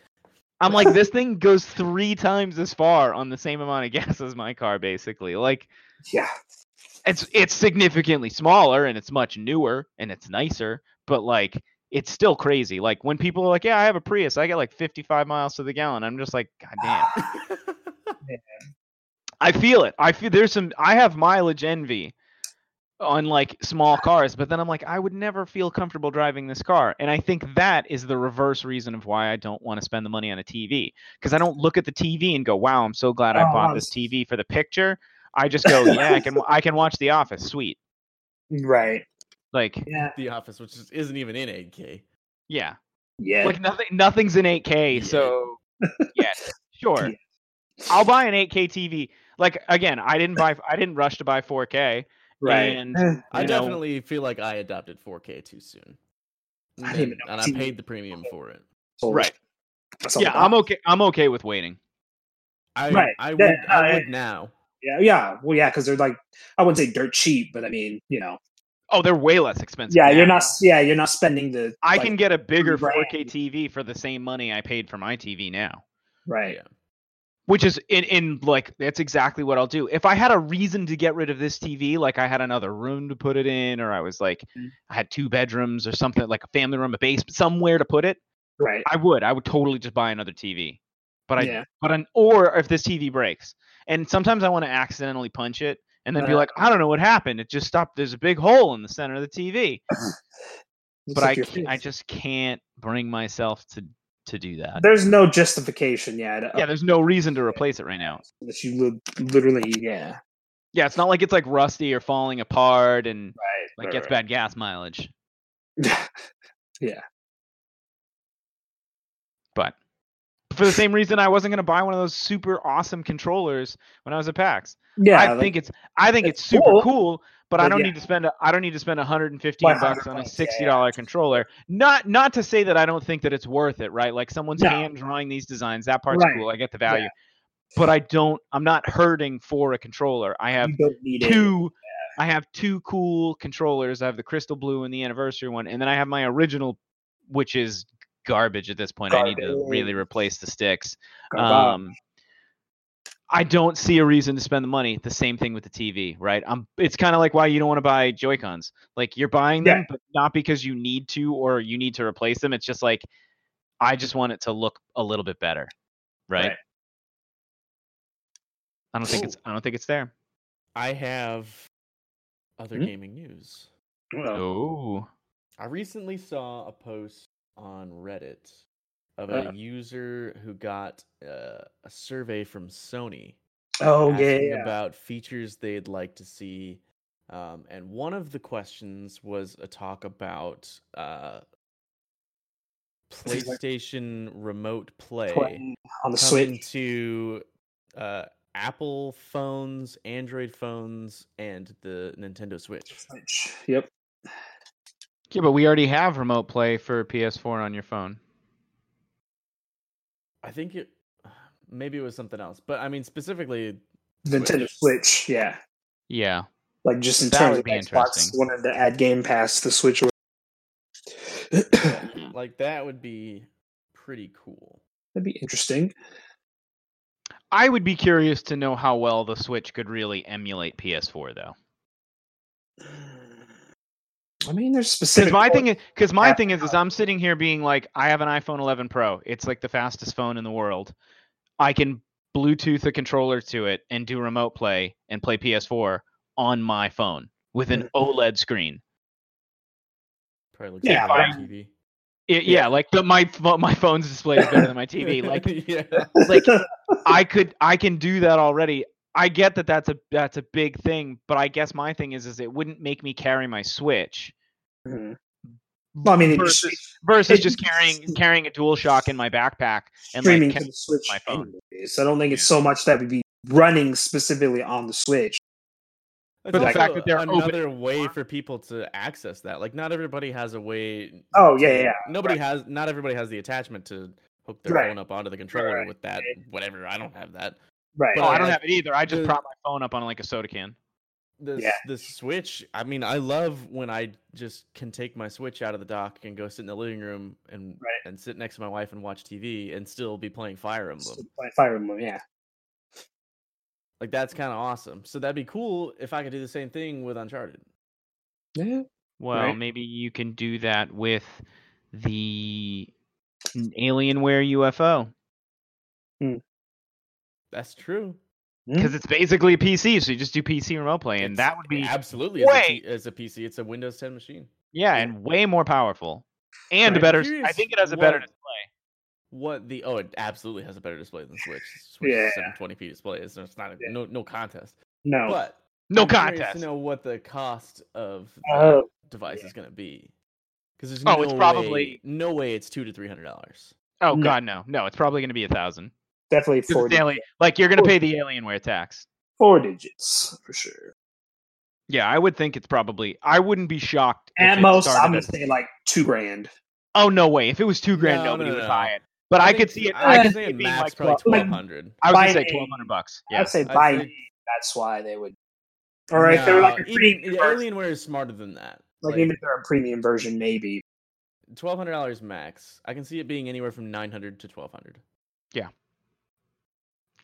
A: I'm like, this thing goes three times as far on the same amount of *laughs* gas as my car, basically. Like,
C: Yeah.
A: it's it's significantly smaller and it's much newer and it's nicer, but like it's still crazy. Like when people are like, "Yeah, I have a Prius, I get like 55 miles to the gallon." I'm just like, "God damn!"
B: *laughs*
A: I feel it. I feel there's some. I have mileage envy on like small cars, but then I'm like, I would never feel comfortable driving this car, and I think that is the reverse reason of why I don't want to spend the money on a TV because I don't look at the TV and go, "Wow, I'm so glad I
C: Oh,
A: bought
C: I'm
A: this
C: s-
A: TV for the picture." I just go, "Yeah, I can I can watch The Office, sweet."
C: Right.
A: Like
C: Yeah.
B: the office, which is, isn't even in 8K.
A: Yeah.
C: Yeah.
A: Like nothing nothing's in 8K,
B: Yeah.
A: so yeah, sure.
C: *laughs* Yeah.
A: I'll buy an 8K TV. Like again, I didn't buy I didn't rush to buy 4K.
C: right.
A: and,
C: Eh,
B: I
A: You know-
B: definitely feel like I adopted 4K too soon.
C: I didn't even
B: And-
C: know
B: and
C: what
B: I
C: TV
B: paid the premium for it.
C: sold.
A: right.
C: That's all
A: Yeah,
C: about-
A: I'm okay I'm okay with waiting.
B: I
C: Right,
B: I would
C: yeah,
B: I
C: I-
B: would now.
C: Yeah. Yeah. Well, yeah, because they're like, I wouldn't say dirt cheap, but I mean, you know.
A: Oh, they're way less expensive.
C: Yeah, you're
A: now.
C: not. Yeah, you're not spending the.
A: I
C: like-
A: can get a bigger
C: grand.
A: 4K TV for the same money I paid for my TV now.
C: Right.
B: Yeah.
A: Which is in in like that's exactly what I'll do. If I had a reason to get rid of this TV, like I had another room to put it in, or I was like
C: Mhm.
A: I had two bedrooms or something, like a family room, a basement, somewhere to put it,
C: Right.
A: I would. I would totally just buy another TV. But I
C: Yeah.
A: but an or if this TV breaks. And sometimes I want to accidentally punch it and then be
C: Uh.
A: like, I don't know what happened. It just stopped. There's a big hole in the center of the TV.
C: Looks
A: But
C: like
A: I
C: your
A: can't, I
C: face.
A: just can't bring myself to to do that.
C: There's no justification yet.
A: Yeah, there's no reason to replace it right now.
C: That you li- literally. Yeah.
A: Yeah, it's not like it's like rusty or falling apart and
C: Right.
A: like gets bad gas
C: *laughs*
A: mileage.
C: back.
A: But for the same reason I wasn't gonna buy one of those super awesome controllers when I was at PAX.
C: yeah.
A: I
C: like-
A: think it's I think
C: it's
A: it's super
C: cool,
A: cool, but I
C: but
A: don't
C: yeah.
A: need to spend a, I don't need to spend 115 bucks
C: 100
A: on a
C: bucks, yeah, yeah.
A: $60 controller. Not not to say that I don't think that it's worth it, right? Like someone's
C: No.
A: hand drawing these designs, that part's
C: Right,
A: cool. I get the value. But I don't I'm not hurting for a controller. I have
C: you don't need it.
A: two I have two cool controllers. I have the crystal blue and the anniversary one, and then I have my original which is garbage at this point. I need to really
C: Garbage.
A: replace the sticks.
C: Garbage.
A: Um, I don't see a reason to spend the money. The same thing with the TV, right? Um, it's kind of like why you don't want to buy Joy Cons. Like you're buying them,
C: Yeah.
A: but not because you need to or you need to replace them. It's just like I just want it to look a little bit better, right?
C: Right.
A: I don't think it's. I don't think it's there.
B: I have other
C: Hmm?
B: gaming news.
C: Well,
A: Oh,
B: I recently saw a post on Reddit of a
C: Uh-huh.
B: user who got uh, a survey from Sony
C: Oh yeah,
B: asking
C: yeah.
B: about features they'd like to see. Um, and one of the questions was a talk about uh,
C: This is like-
B: PlayStation Remote Play,
C: Playing on the
B: coming
C: Switch.
B: to uh, Apple phones, Android phones, and the Nintendo Switch.
C: Switch. Yep.
A: Yeah, but we already have remote play for PS4 on your phone.
B: I think it *sighs* maybe it was something else, but I mean specifically
C: Nintendo Switch. Yeah.
A: Yeah.
C: Like just in
A: That
C: terms
A: would
C: of
A: be
C: Xbox
A: interesting.
C: wanted to add Game Pass to the Switch. *clears throat* That'd
B: like that would be pretty cool.
C: be interesting.
A: I would be curious to know how well the Switch could really emulate PS4 though.
C: I mean, there's
A: Because
C: specific.
A: my thing, because my
C: app
A: thing is, is I'm sitting here being like, I have an iPhone 11 Pro. It's like the fastest phone in the world. I can Bluetooth a controller to it and do remote play and play PS4 on my phone with an
C: Mhm.
A: OLED screen.
B: Probably looks
C: Yeah,
B: yeah, like
A: but-
B: on TV.
A: It, yeah.
C: Yeah.
A: like the my pho- my phone's display is better than my TV. Like
B: *laughs* yeah.
A: like I could I can do that already. I get that that's a that's a big thing, but I guess my thing is is it wouldn't make me carry my Switch
C: Mhm. Well, I mean, it's
A: versus, versus
C: it-
A: just carrying carrying a DualShock in my backpack and
C: streaming
A: like
C: to the Switch.
A: my phone.
C: anyways. I don't think it's so much that would be running specifically on the Switch.
B: But
A: the
B: the
A: fact that they're open-
B: another way for people to access that. Like not everybody has a way.
C: Oh, yeah,
B: to-
C: yeah, yeah,
B: Nobody has. Not everybody has the attachment to hook their
C: Right.
B: phone up onto the controller
C: right,
B: with that. Whatever. I don't have that.
C: Right.
A: Oh, I
B: But,
A: don't
B: like,
A: have it either. I just
B: the-
A: prop my phone up on like a soda can.
B: the
C: Yeah.
B: s- the switch i mean i love when i just can take my switch out of the dock and go sit in the living room and
C: Right.
B: and sit next to my wife and watch tv and still be playing fire emblem
C: Fire Emblem, yeah.
B: like that's kind of awesome so that'd be cool if i could do the same thing with uncharted
C: Yeah.
A: Well,
C: Right.
A: maybe you can do that with the n- Alienware UFO
B: that's true
A: because it's basically a PC, so you just do PC remote play, and
B: Mm. It's-
A: that would be
B: absolutely as a,
A: way-
B: P- as a pc it's a windows 10 machine
A: yeah, and way more powerful and a
C: Right.
A: better.
B: I'm
A: s- I
B: curious
A: think it has a better
B: what-
A: display.
B: what the oh it absolutely has a better display than
C: *laughs*
B: switch switch
C: Yeah.
B: 720p display it's, it's not a,
C: Yeah.
B: no no contest
C: No.
B: but
A: No
B: I'm curious
A: contest.
B: to know what the cost of the-
C: Oh,
B: device is going to be because there's
A: Oh,
B: no
A: it's probably-
B: way- no way it's two to three hundred dollars
A: oh
C: no.
A: God, no, no. It's probably going to be a thousand.
C: definitely
A: 'Cause it's
C: four,
A: alien- like you're going to
C: Four.
A: pay the Alienware tax.
C: four digits for sure.
A: Yeah, I would think it's probably. I wouldn't be shocked. if
C: At
A: it
C: most,
A: started
C: I'm gonna
A: at-
C: say like two grand.
A: Oh no way! If it was two grand,
B: No, no,
A: nobody
B: no,
A: would
B: no.
A: buy it. But I, could see it. I
C: I'd
A: could see
B: say
A: it being
B: max
A: like
B: probably
A: twelve.
C: like-
B: twelve hundred.
A: I was gonna say
C: Buying a-
A: twelve hundred bucks.
C: I'd
A: Yeah.
C: say
B: I'd
C: by
B: say-
C: name, that's why they would. Or if they're like a premium,
B: even,
C: version,
B: Alienware is smarter than that.
C: like, even if they're a premium version, maybe.
B: twelve hundred dollars max. I can see it being anywhere from nine hundred to twelve hundred.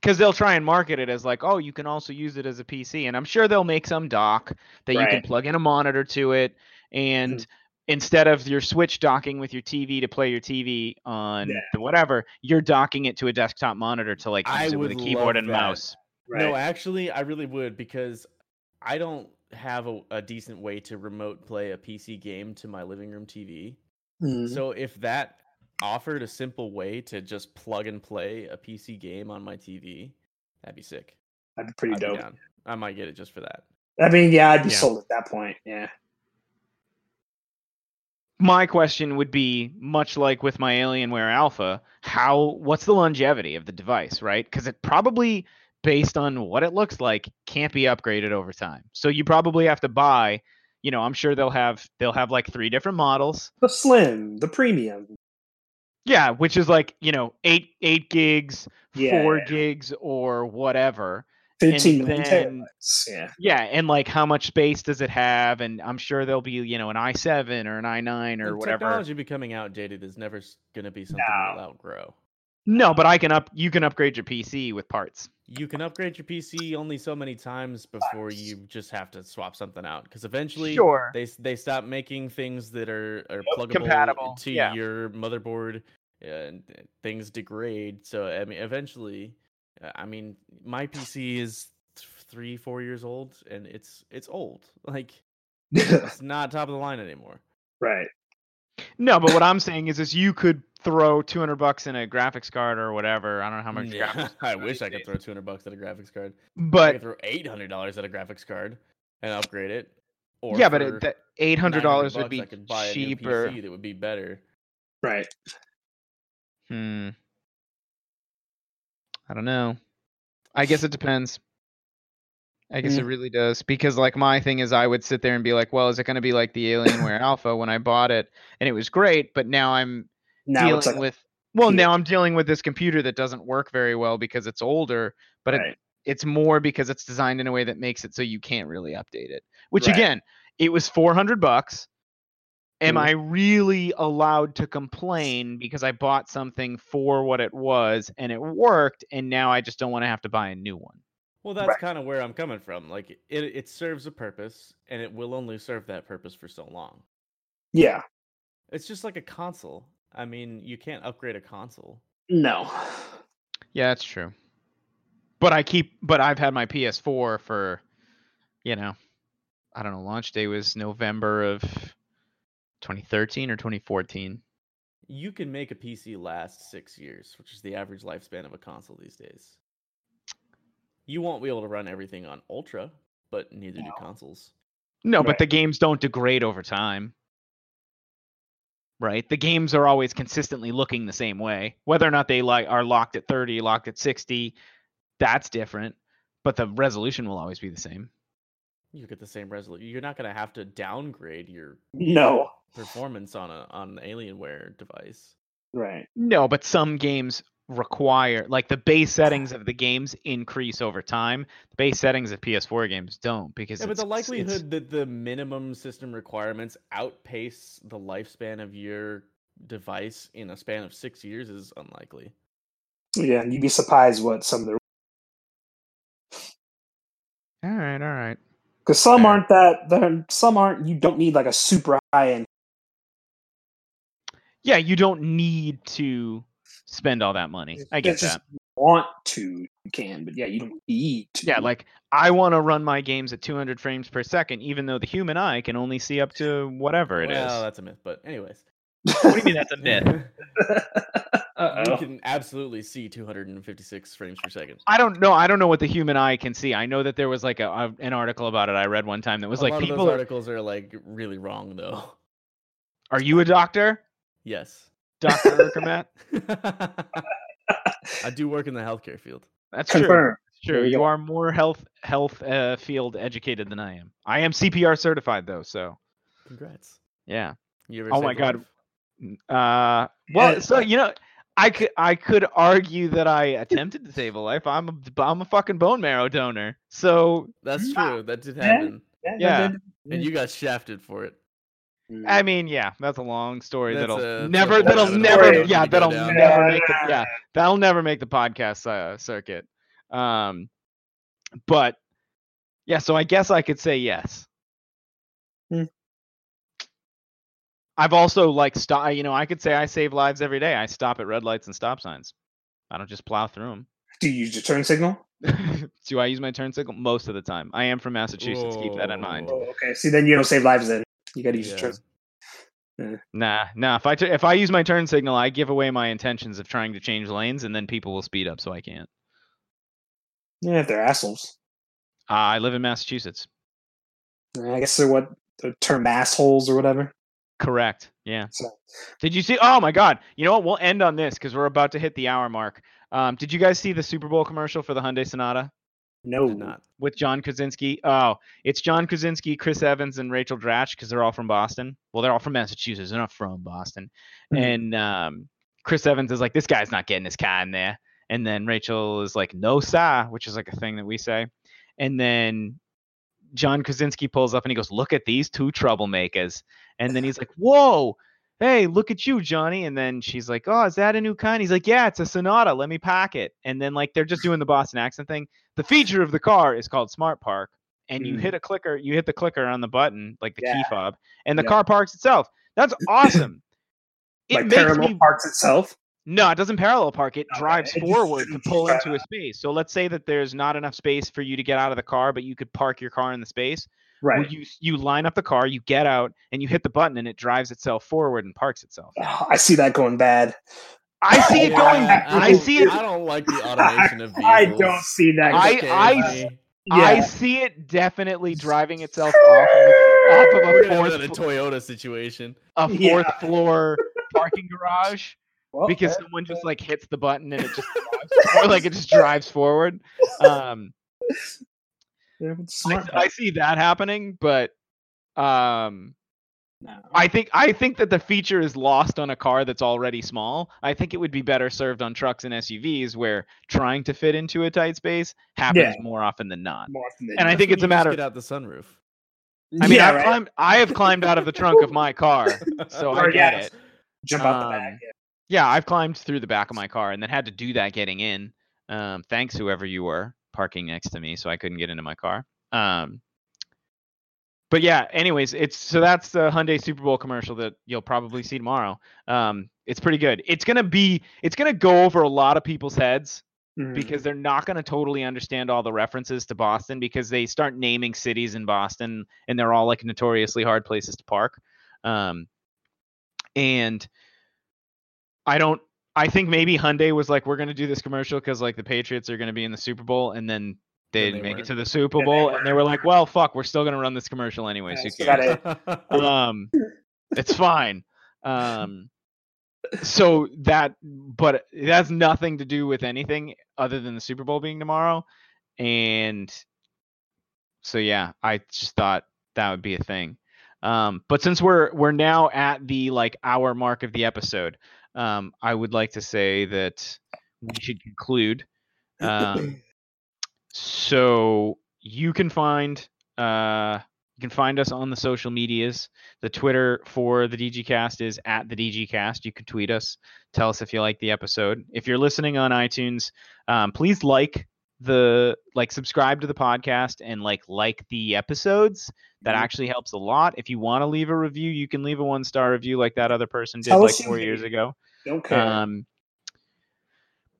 A: because they'll try and market it as like, oh, you can also use it as a PC, and I'm sure they'll make some dock that you can
C: Right.
A: plug in a monitor to it, and
B: Mm-hmm.
A: instead of your Switch docking with your TV to play your TV on
C: Yeah.
A: the whatever, you're docking it to a desktop monitor to like
B: I
A: use it with a
B: would
A: keyboard
B: love
A: and
B: that.
A: mouse.
B: No, actually, I really would because I don't have a, a decent way to remote play a PC game to my living room TV.
C: Mhm.
B: So if that offered a simple way to just plug and play a PC game on my TV, that'd be sick.
C: That'd be pretty
B: I'd be
C: dope.
B: down. I might get it just for that.
C: I mean, yeah, I'd be
A: Yeah.
C: sold at that point. Yeah.
A: My question would be much like with my Alienware Alpha, how what's the longevity of the device, right? Because it probably based on what it looks like can't be upgraded over time. So you probably have to buy, you know, I'm sure they'll have they'll have like three different models.
C: The slim, the premium.
A: Yeah, which is like, you know, 8 8 gigs,
C: Yeah,
A: 4 gigs or whatever.
C: 15
A: and
C: million
A: then
C: terabytes. Yeah.
A: yeah, and like how much space does it have and I'm sure there'll be, you know, an i7 or an i9 or
B: And
A: whatever.
B: Technology becoming outdated is never going to be something
C: No.
B: that'll outgrow.
A: No, but I can up you can upgrade your PC with parts.
B: You can upgrade your PC only so many times before you just have to swap something out because eventually
A: Sure.
B: they s- they stop making things that are are pluggable
A: compatible,
B: to
A: yeah.
B: your motherboard and uh, things degrade. So I mean, eventually, uh, I mean, my PC is th- three four years old and it's it's old. *laughs* Like it's not top of the line anymore.
C: *laughs* right.
A: No, but what I'm saying is, is you could throw 200 bucks in a graphics card or whatever. I don't know
B: *laughs*
A: how much.
B: Yeah,
A: graphics
B: I
A: card
B: wish
A: these
B: I could
A: days.
B: throw 200 bucks at a graphics card. I
A: But
B: could throw $800 at a graphics card and upgrade it. Or
A: yeah, but
B: for
A: it, that $800
B: $900
A: would be
B: I could buy a new
A: cheaper.
B: PC that would be better.
C: Right.
A: Hmm. I don't know. I guess it depends. I guess
C: Mm.
A: it really does because like my thing is I would sit there and be like, well, is it going to be like the Alienware Alpha when I bought it and it was great, but now I'm
C: Now
A: dealing
C: it's like
A: with well,
C: Yeah.
A: now I'm dealing with this computer that doesn't work very well because it's older, but it,
C: right.
A: it's more because it's designed in a way that makes it so you can't really update it. Which
C: Right.
A: again, it was 400 bucks. Am
C: Mhm.
A: I really allowed to complain because I bought something for what it was and it worked and now I just don't want to have to buy a new one?
B: Well, that's
C: Right.
B: kind of where I'm coming from. Like, it, it serves a purpose, and it will only serve that purpose for so long.
C: yeah.
B: It's just like a console. I mean, you can't upgrade a console.
C: No.
A: Yeah, that's true. But I keep but I've had my PS4 for you know, I don't know, launch day was November of 2013 or 2014.
B: You can make a PC last six years, which is the average lifespan of a console these days. You won't be able to run everything on Ultra, but neither do
C: No.
B: consoles.
A: No, but
C: Right.
A: the games don't degrade over time. Right? The games are always consistently looking the same way. Whether or not they like are locked at 30, locked at 60, that's different, but the resolution will always be the same.
B: You get the same resolution. You're not going to have to
C: *sighs*
B: downgrade your
C: No.
B: performance on a on an Alienware device.
C: Right.
A: No, but some games require like the base settings of the games increase over time. The base settings of PS4 games don't because
B: Yeah, but
A: it's-
B: the
A: it's- it's-
B: likelihood that the minimum system requirements outpace the lifespan of your device in a span of six years is unlikely.
C: Yeah, you'd be surprised what some of the
A: All right, all right.
C: because some
A: Fair.
C: aren't that. they're- Some aren't. You don't need like a super high end.
A: Yeah, you don't need to spend all that money. I get
C: It's just
A: that.
C: Want to? You can, but yeah, you don't need to.
A: Yeah,
C: *laughs*
A: like I want to run my games at 200 frames per second, even though the human eye can only see up to whatever it is.
B: well, that's a myth, but anyways.
A: What do you mean that's a
B: *laughs*
A: myth?
B: you
C: Uh-oh.
B: can absolutely see 256 frames per second.
A: *laughs* I don't know. I don't know what the human eye can see. I know that there was like a, a- an article about it I read one time that was
B: a
A: like,
B: lot of
A: people
B: those
A: are,
B: articles are like really wrong though. *laughs*
A: are you a doctor?
B: Yes. *laughs*
A: Doctor Urkomet?
B: I do work in the healthcare field.
A: That's true.
C: Confirm.
A: Sure,
C: There we
A: you
C: go.
A: are more health health uh, field educated than I am. I am CPR certified though, so
B: Congrats.
A: yeah.
B: You ever
A: Oh my
B: saved a
A: God.
B: life?
A: N- Uh, well,
C: Yeah.
A: so you know, I could I could argue that I attempted to save a life. I'm a b- I'm a fucking bone marrow donor, so
B: That's
C: Yeah.
B: true. That did
C: Yeah.
B: happen.
A: Yeah. Mm.
B: And you got shafted for it.
A: I mean, yeah, that's a long story
B: That's
A: that'll
B: a- that's a
A: never
B: whole
A: that'll
C: nother
A: never
C: road we
A: yeah
B: could go
A: that'll
B: down.
A: never
C: Yeah.
A: make the, yeah that'll never make the podcast uh, circuit. Um, but yeah, so I guess I could say yes.
C: Hmm.
A: I've also like stop. You know, I could say I save lives every day. I stop at red lights and stop signs. I don't just plow through
C: Do you use your turn signal?
A: them. *laughs* Do I use my turn signal most of the time? I am from Massachusetts. Keep that in mind.
C: Oh, okay. See, then you don't save lives. Then you got to use your
B: Yeah.
C: turn.
A: Nah, nah. If I tu- if I use my turn signal, I give away my intentions of trying to change lanes, and then people will speed up, so I can't.
C: Yeah, if they're assholes.
A: Uh, I live in Massachusetts.
C: Yeah, I guess they're what the term assholes or whatever.
A: Correct. Yeah.
C: So
A: Did you see? Oh my God! You know what? We'll end on this because we're about to hit the hour mark. Um, did you guys see the Super Bowl commercial for the Hyundai Sonata
C: no,
B: Did not.
A: with John Krasinski? Oh, it's John Krasinski, Chris Evans, and Rachel Dratch because they're all from Boston. Well, they're all from Massachusetts. They're not from Boston.
C: Mhm.
A: And um, Chris Evans is like, "This guy's not getting his car in there." And then Rachel is like, "No sir," which is like a thing that we say. And then John Krasinski pulls up and he goes, "Look at these two troublemakers." And then he's like, "Whoa." hey, look at you, Johnny. And then she's like, oh, is that a new kind? He's like, yeah, it's a Sonata. Let me pack it. And then, like, they're just doing the Boston accent thing. The feature of the car is called Smart Park. And you
C: Mhm.
A: hit a clicker, you hit the clicker on the button, like the key
C: Yeah.
A: fob, and the
C: Yeah. *clears throat*
A: car parks itself. That's awesome. it
C: like
A: makes me
C: Paramount Parks itself.
A: No, it doesn't parallel park. It
C: Okay,
A: drives
C: it just-
A: forward to pull into a space. So let's say that there's not enough space for you to get out of the car, but you could park your car in the space. Well,
C: Right.
A: you you line up the car, you get out, and you hit the button, and it drives itself forward and parks itself.
C: Oh, I see that going bad.
A: I see it
C: Yeah.
A: going.
C: back.
A: I see it.
B: I don't like the automation of vehicles.
C: *laughs* I don't see that.
A: I-
B: It's okay
A: I-
B: with me.
A: I
C: yeah.
A: see it definitely driving itself off of a, off of
B: We're
A: a
B: gonna have a
A: fourth, fl-
B: Toyota situation.
A: a
C: Yeah. Oh,
A: fourth floor parking
C: *laughs*
A: garage
C: *laughs* Well,
A: because
C: that-
A: someone just like hits the button and it just drives, or like it just drives forward. Um,
C: *laughs* yeah, it's
A: I,
C: smart.
A: s- I see that happening, but um,
C: No.
A: I think I think that the feature is lost on a car that's already small. I think it would be better served on trucks and SUVs where trying to fit into a tight space happens
C: Yeah.
A: more often than not.
C: More often than
A: And I
C: not.
A: think
B: When
A: it's a
B: you just
A: matter-
B: Get out the sunroof.
A: I mean,
C: Yeah,
A: I've
C: right.
A: climbed, I have climbed out of the trunk of my
C: *laughs*
A: car, so I
C: Or,
A: get
C: yeah.
A: it.
C: jump out the back.
A: um, Yeah, I've climbed through the back of my car and then had to do that getting in. Um, thanks, whoever you were parking next to me, so I couldn't get into my car. Um, but yeah, anyways, it's so that's the Hyundai Super Bowl commercial that you'll probably see tomorrow. Um, it's pretty good. It's gonna be, it's gonna go over a lot of people's heads
C: Yeah. Mm.
A: because they're not going to totally understand all the references to Boston because they start naming cities in Boston and they're all like notoriously hard places to park. Um, and I don't, I think maybe Hyundai was like, we're going to do this commercial because like the Patriots are going to be in the Super Bowl and then they
B: And
A: didn't
B: they
A: make it
B: weren't.
A: to the Super
C: And they
A: Bowl and they were
C: weren't.
A: like, well, fuck, we're still going to run this commercial anyways.
C: Yeah,
A: Who
C: so
A: cares?
C: that is-
B: *laughs*
A: um it's fine um so that but it has nothing to do with anything other than the super bowl being tomorrow and so yeah i just thought that would be a thing um but since we're we're now at the like hour mark of the episode um i would like to say that we should conclude um so you can find uh you can find us on the social medias. The Twitter for the DGcast is at the DGcast. You can tweet us. Tell us if you like the episode. If you're listening on iTunes, um, please like the like subscribe to the podcast and like like the episodes. That
C: Mhm.
A: actually helps a lot. If you want to leave a review, you can leave a one star review like that other person did
C: Tell
A: like
C: us you
A: four
C: hate
A: years
C: it.
A: ago.
C: Don't care.
A: Um,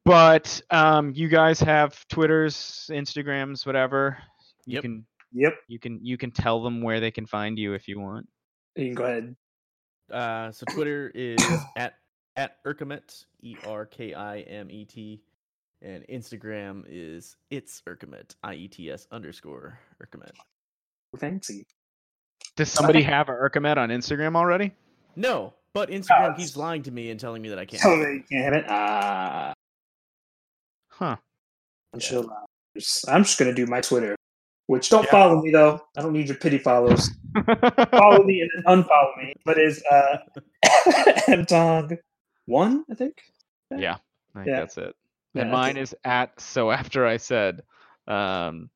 A: but um, you guys have Twitters, Instagrams, whatever. You
B: Yep.
A: can
C: yep.
A: you can you can tell them where they can find you if you want.
C: You can go ahead.
B: Uh, so Twitter is *coughs* at at Erkimet, E R K I M E T, and Instagram is it's Erkimet, I E T S underscore Erkimet.
C: *laughs* Fancy.
A: Does somebody have a Urkamet on Instagram already?
B: No, but Instagram
C: Oh, it's-
B: keeps lying to me and telling me that I can't.
C: So
B: have it.
C: they Oh, can't have it. Ah. *laughs*
A: Huh.
C: I'm
B: Yeah.
C: chill out. Just- I'm just gonna do my Twitter, which don't
A: Yeah.
C: follow me though. I don't need your pity follows. follow me and then unfollow me. But is uh, *laughs* mtong one? I think.
A: yeah, I think
C: Yeah.
A: that's it.
C: Yeah,
A: and
C: I
A: mine
C: think-
A: is at so after I said. Um,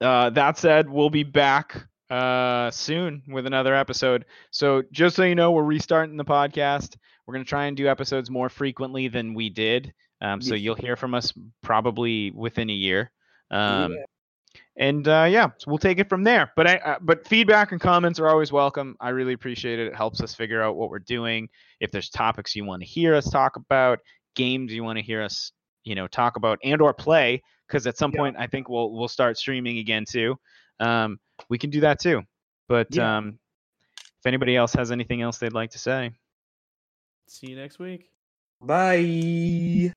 A: uh, that said, we'll be back uh, soon with another episode. So just so you know, we're restarting the podcast. We're gonna try and do episodes more frequently than we did. Um, so
C: Yes.
A: you'll hear from us probably within a year. Um,
C: Yeah.
A: and uh, yeah, so we'll take it from there. But I, uh, but feedback and comments are always welcome. I really appreciate it. It helps us figure out what we're doing. If there's topics you want to hear us talk about, games you want to hear us, you know, talk about and or play, because at some
C: Yeah.
A: point I think we'll we'll start streaming again too. Um, we can do that too. But
C: Yeah.
A: um, if anybody else has anything else they'd like to say.
B: See you next week.
C: Bye.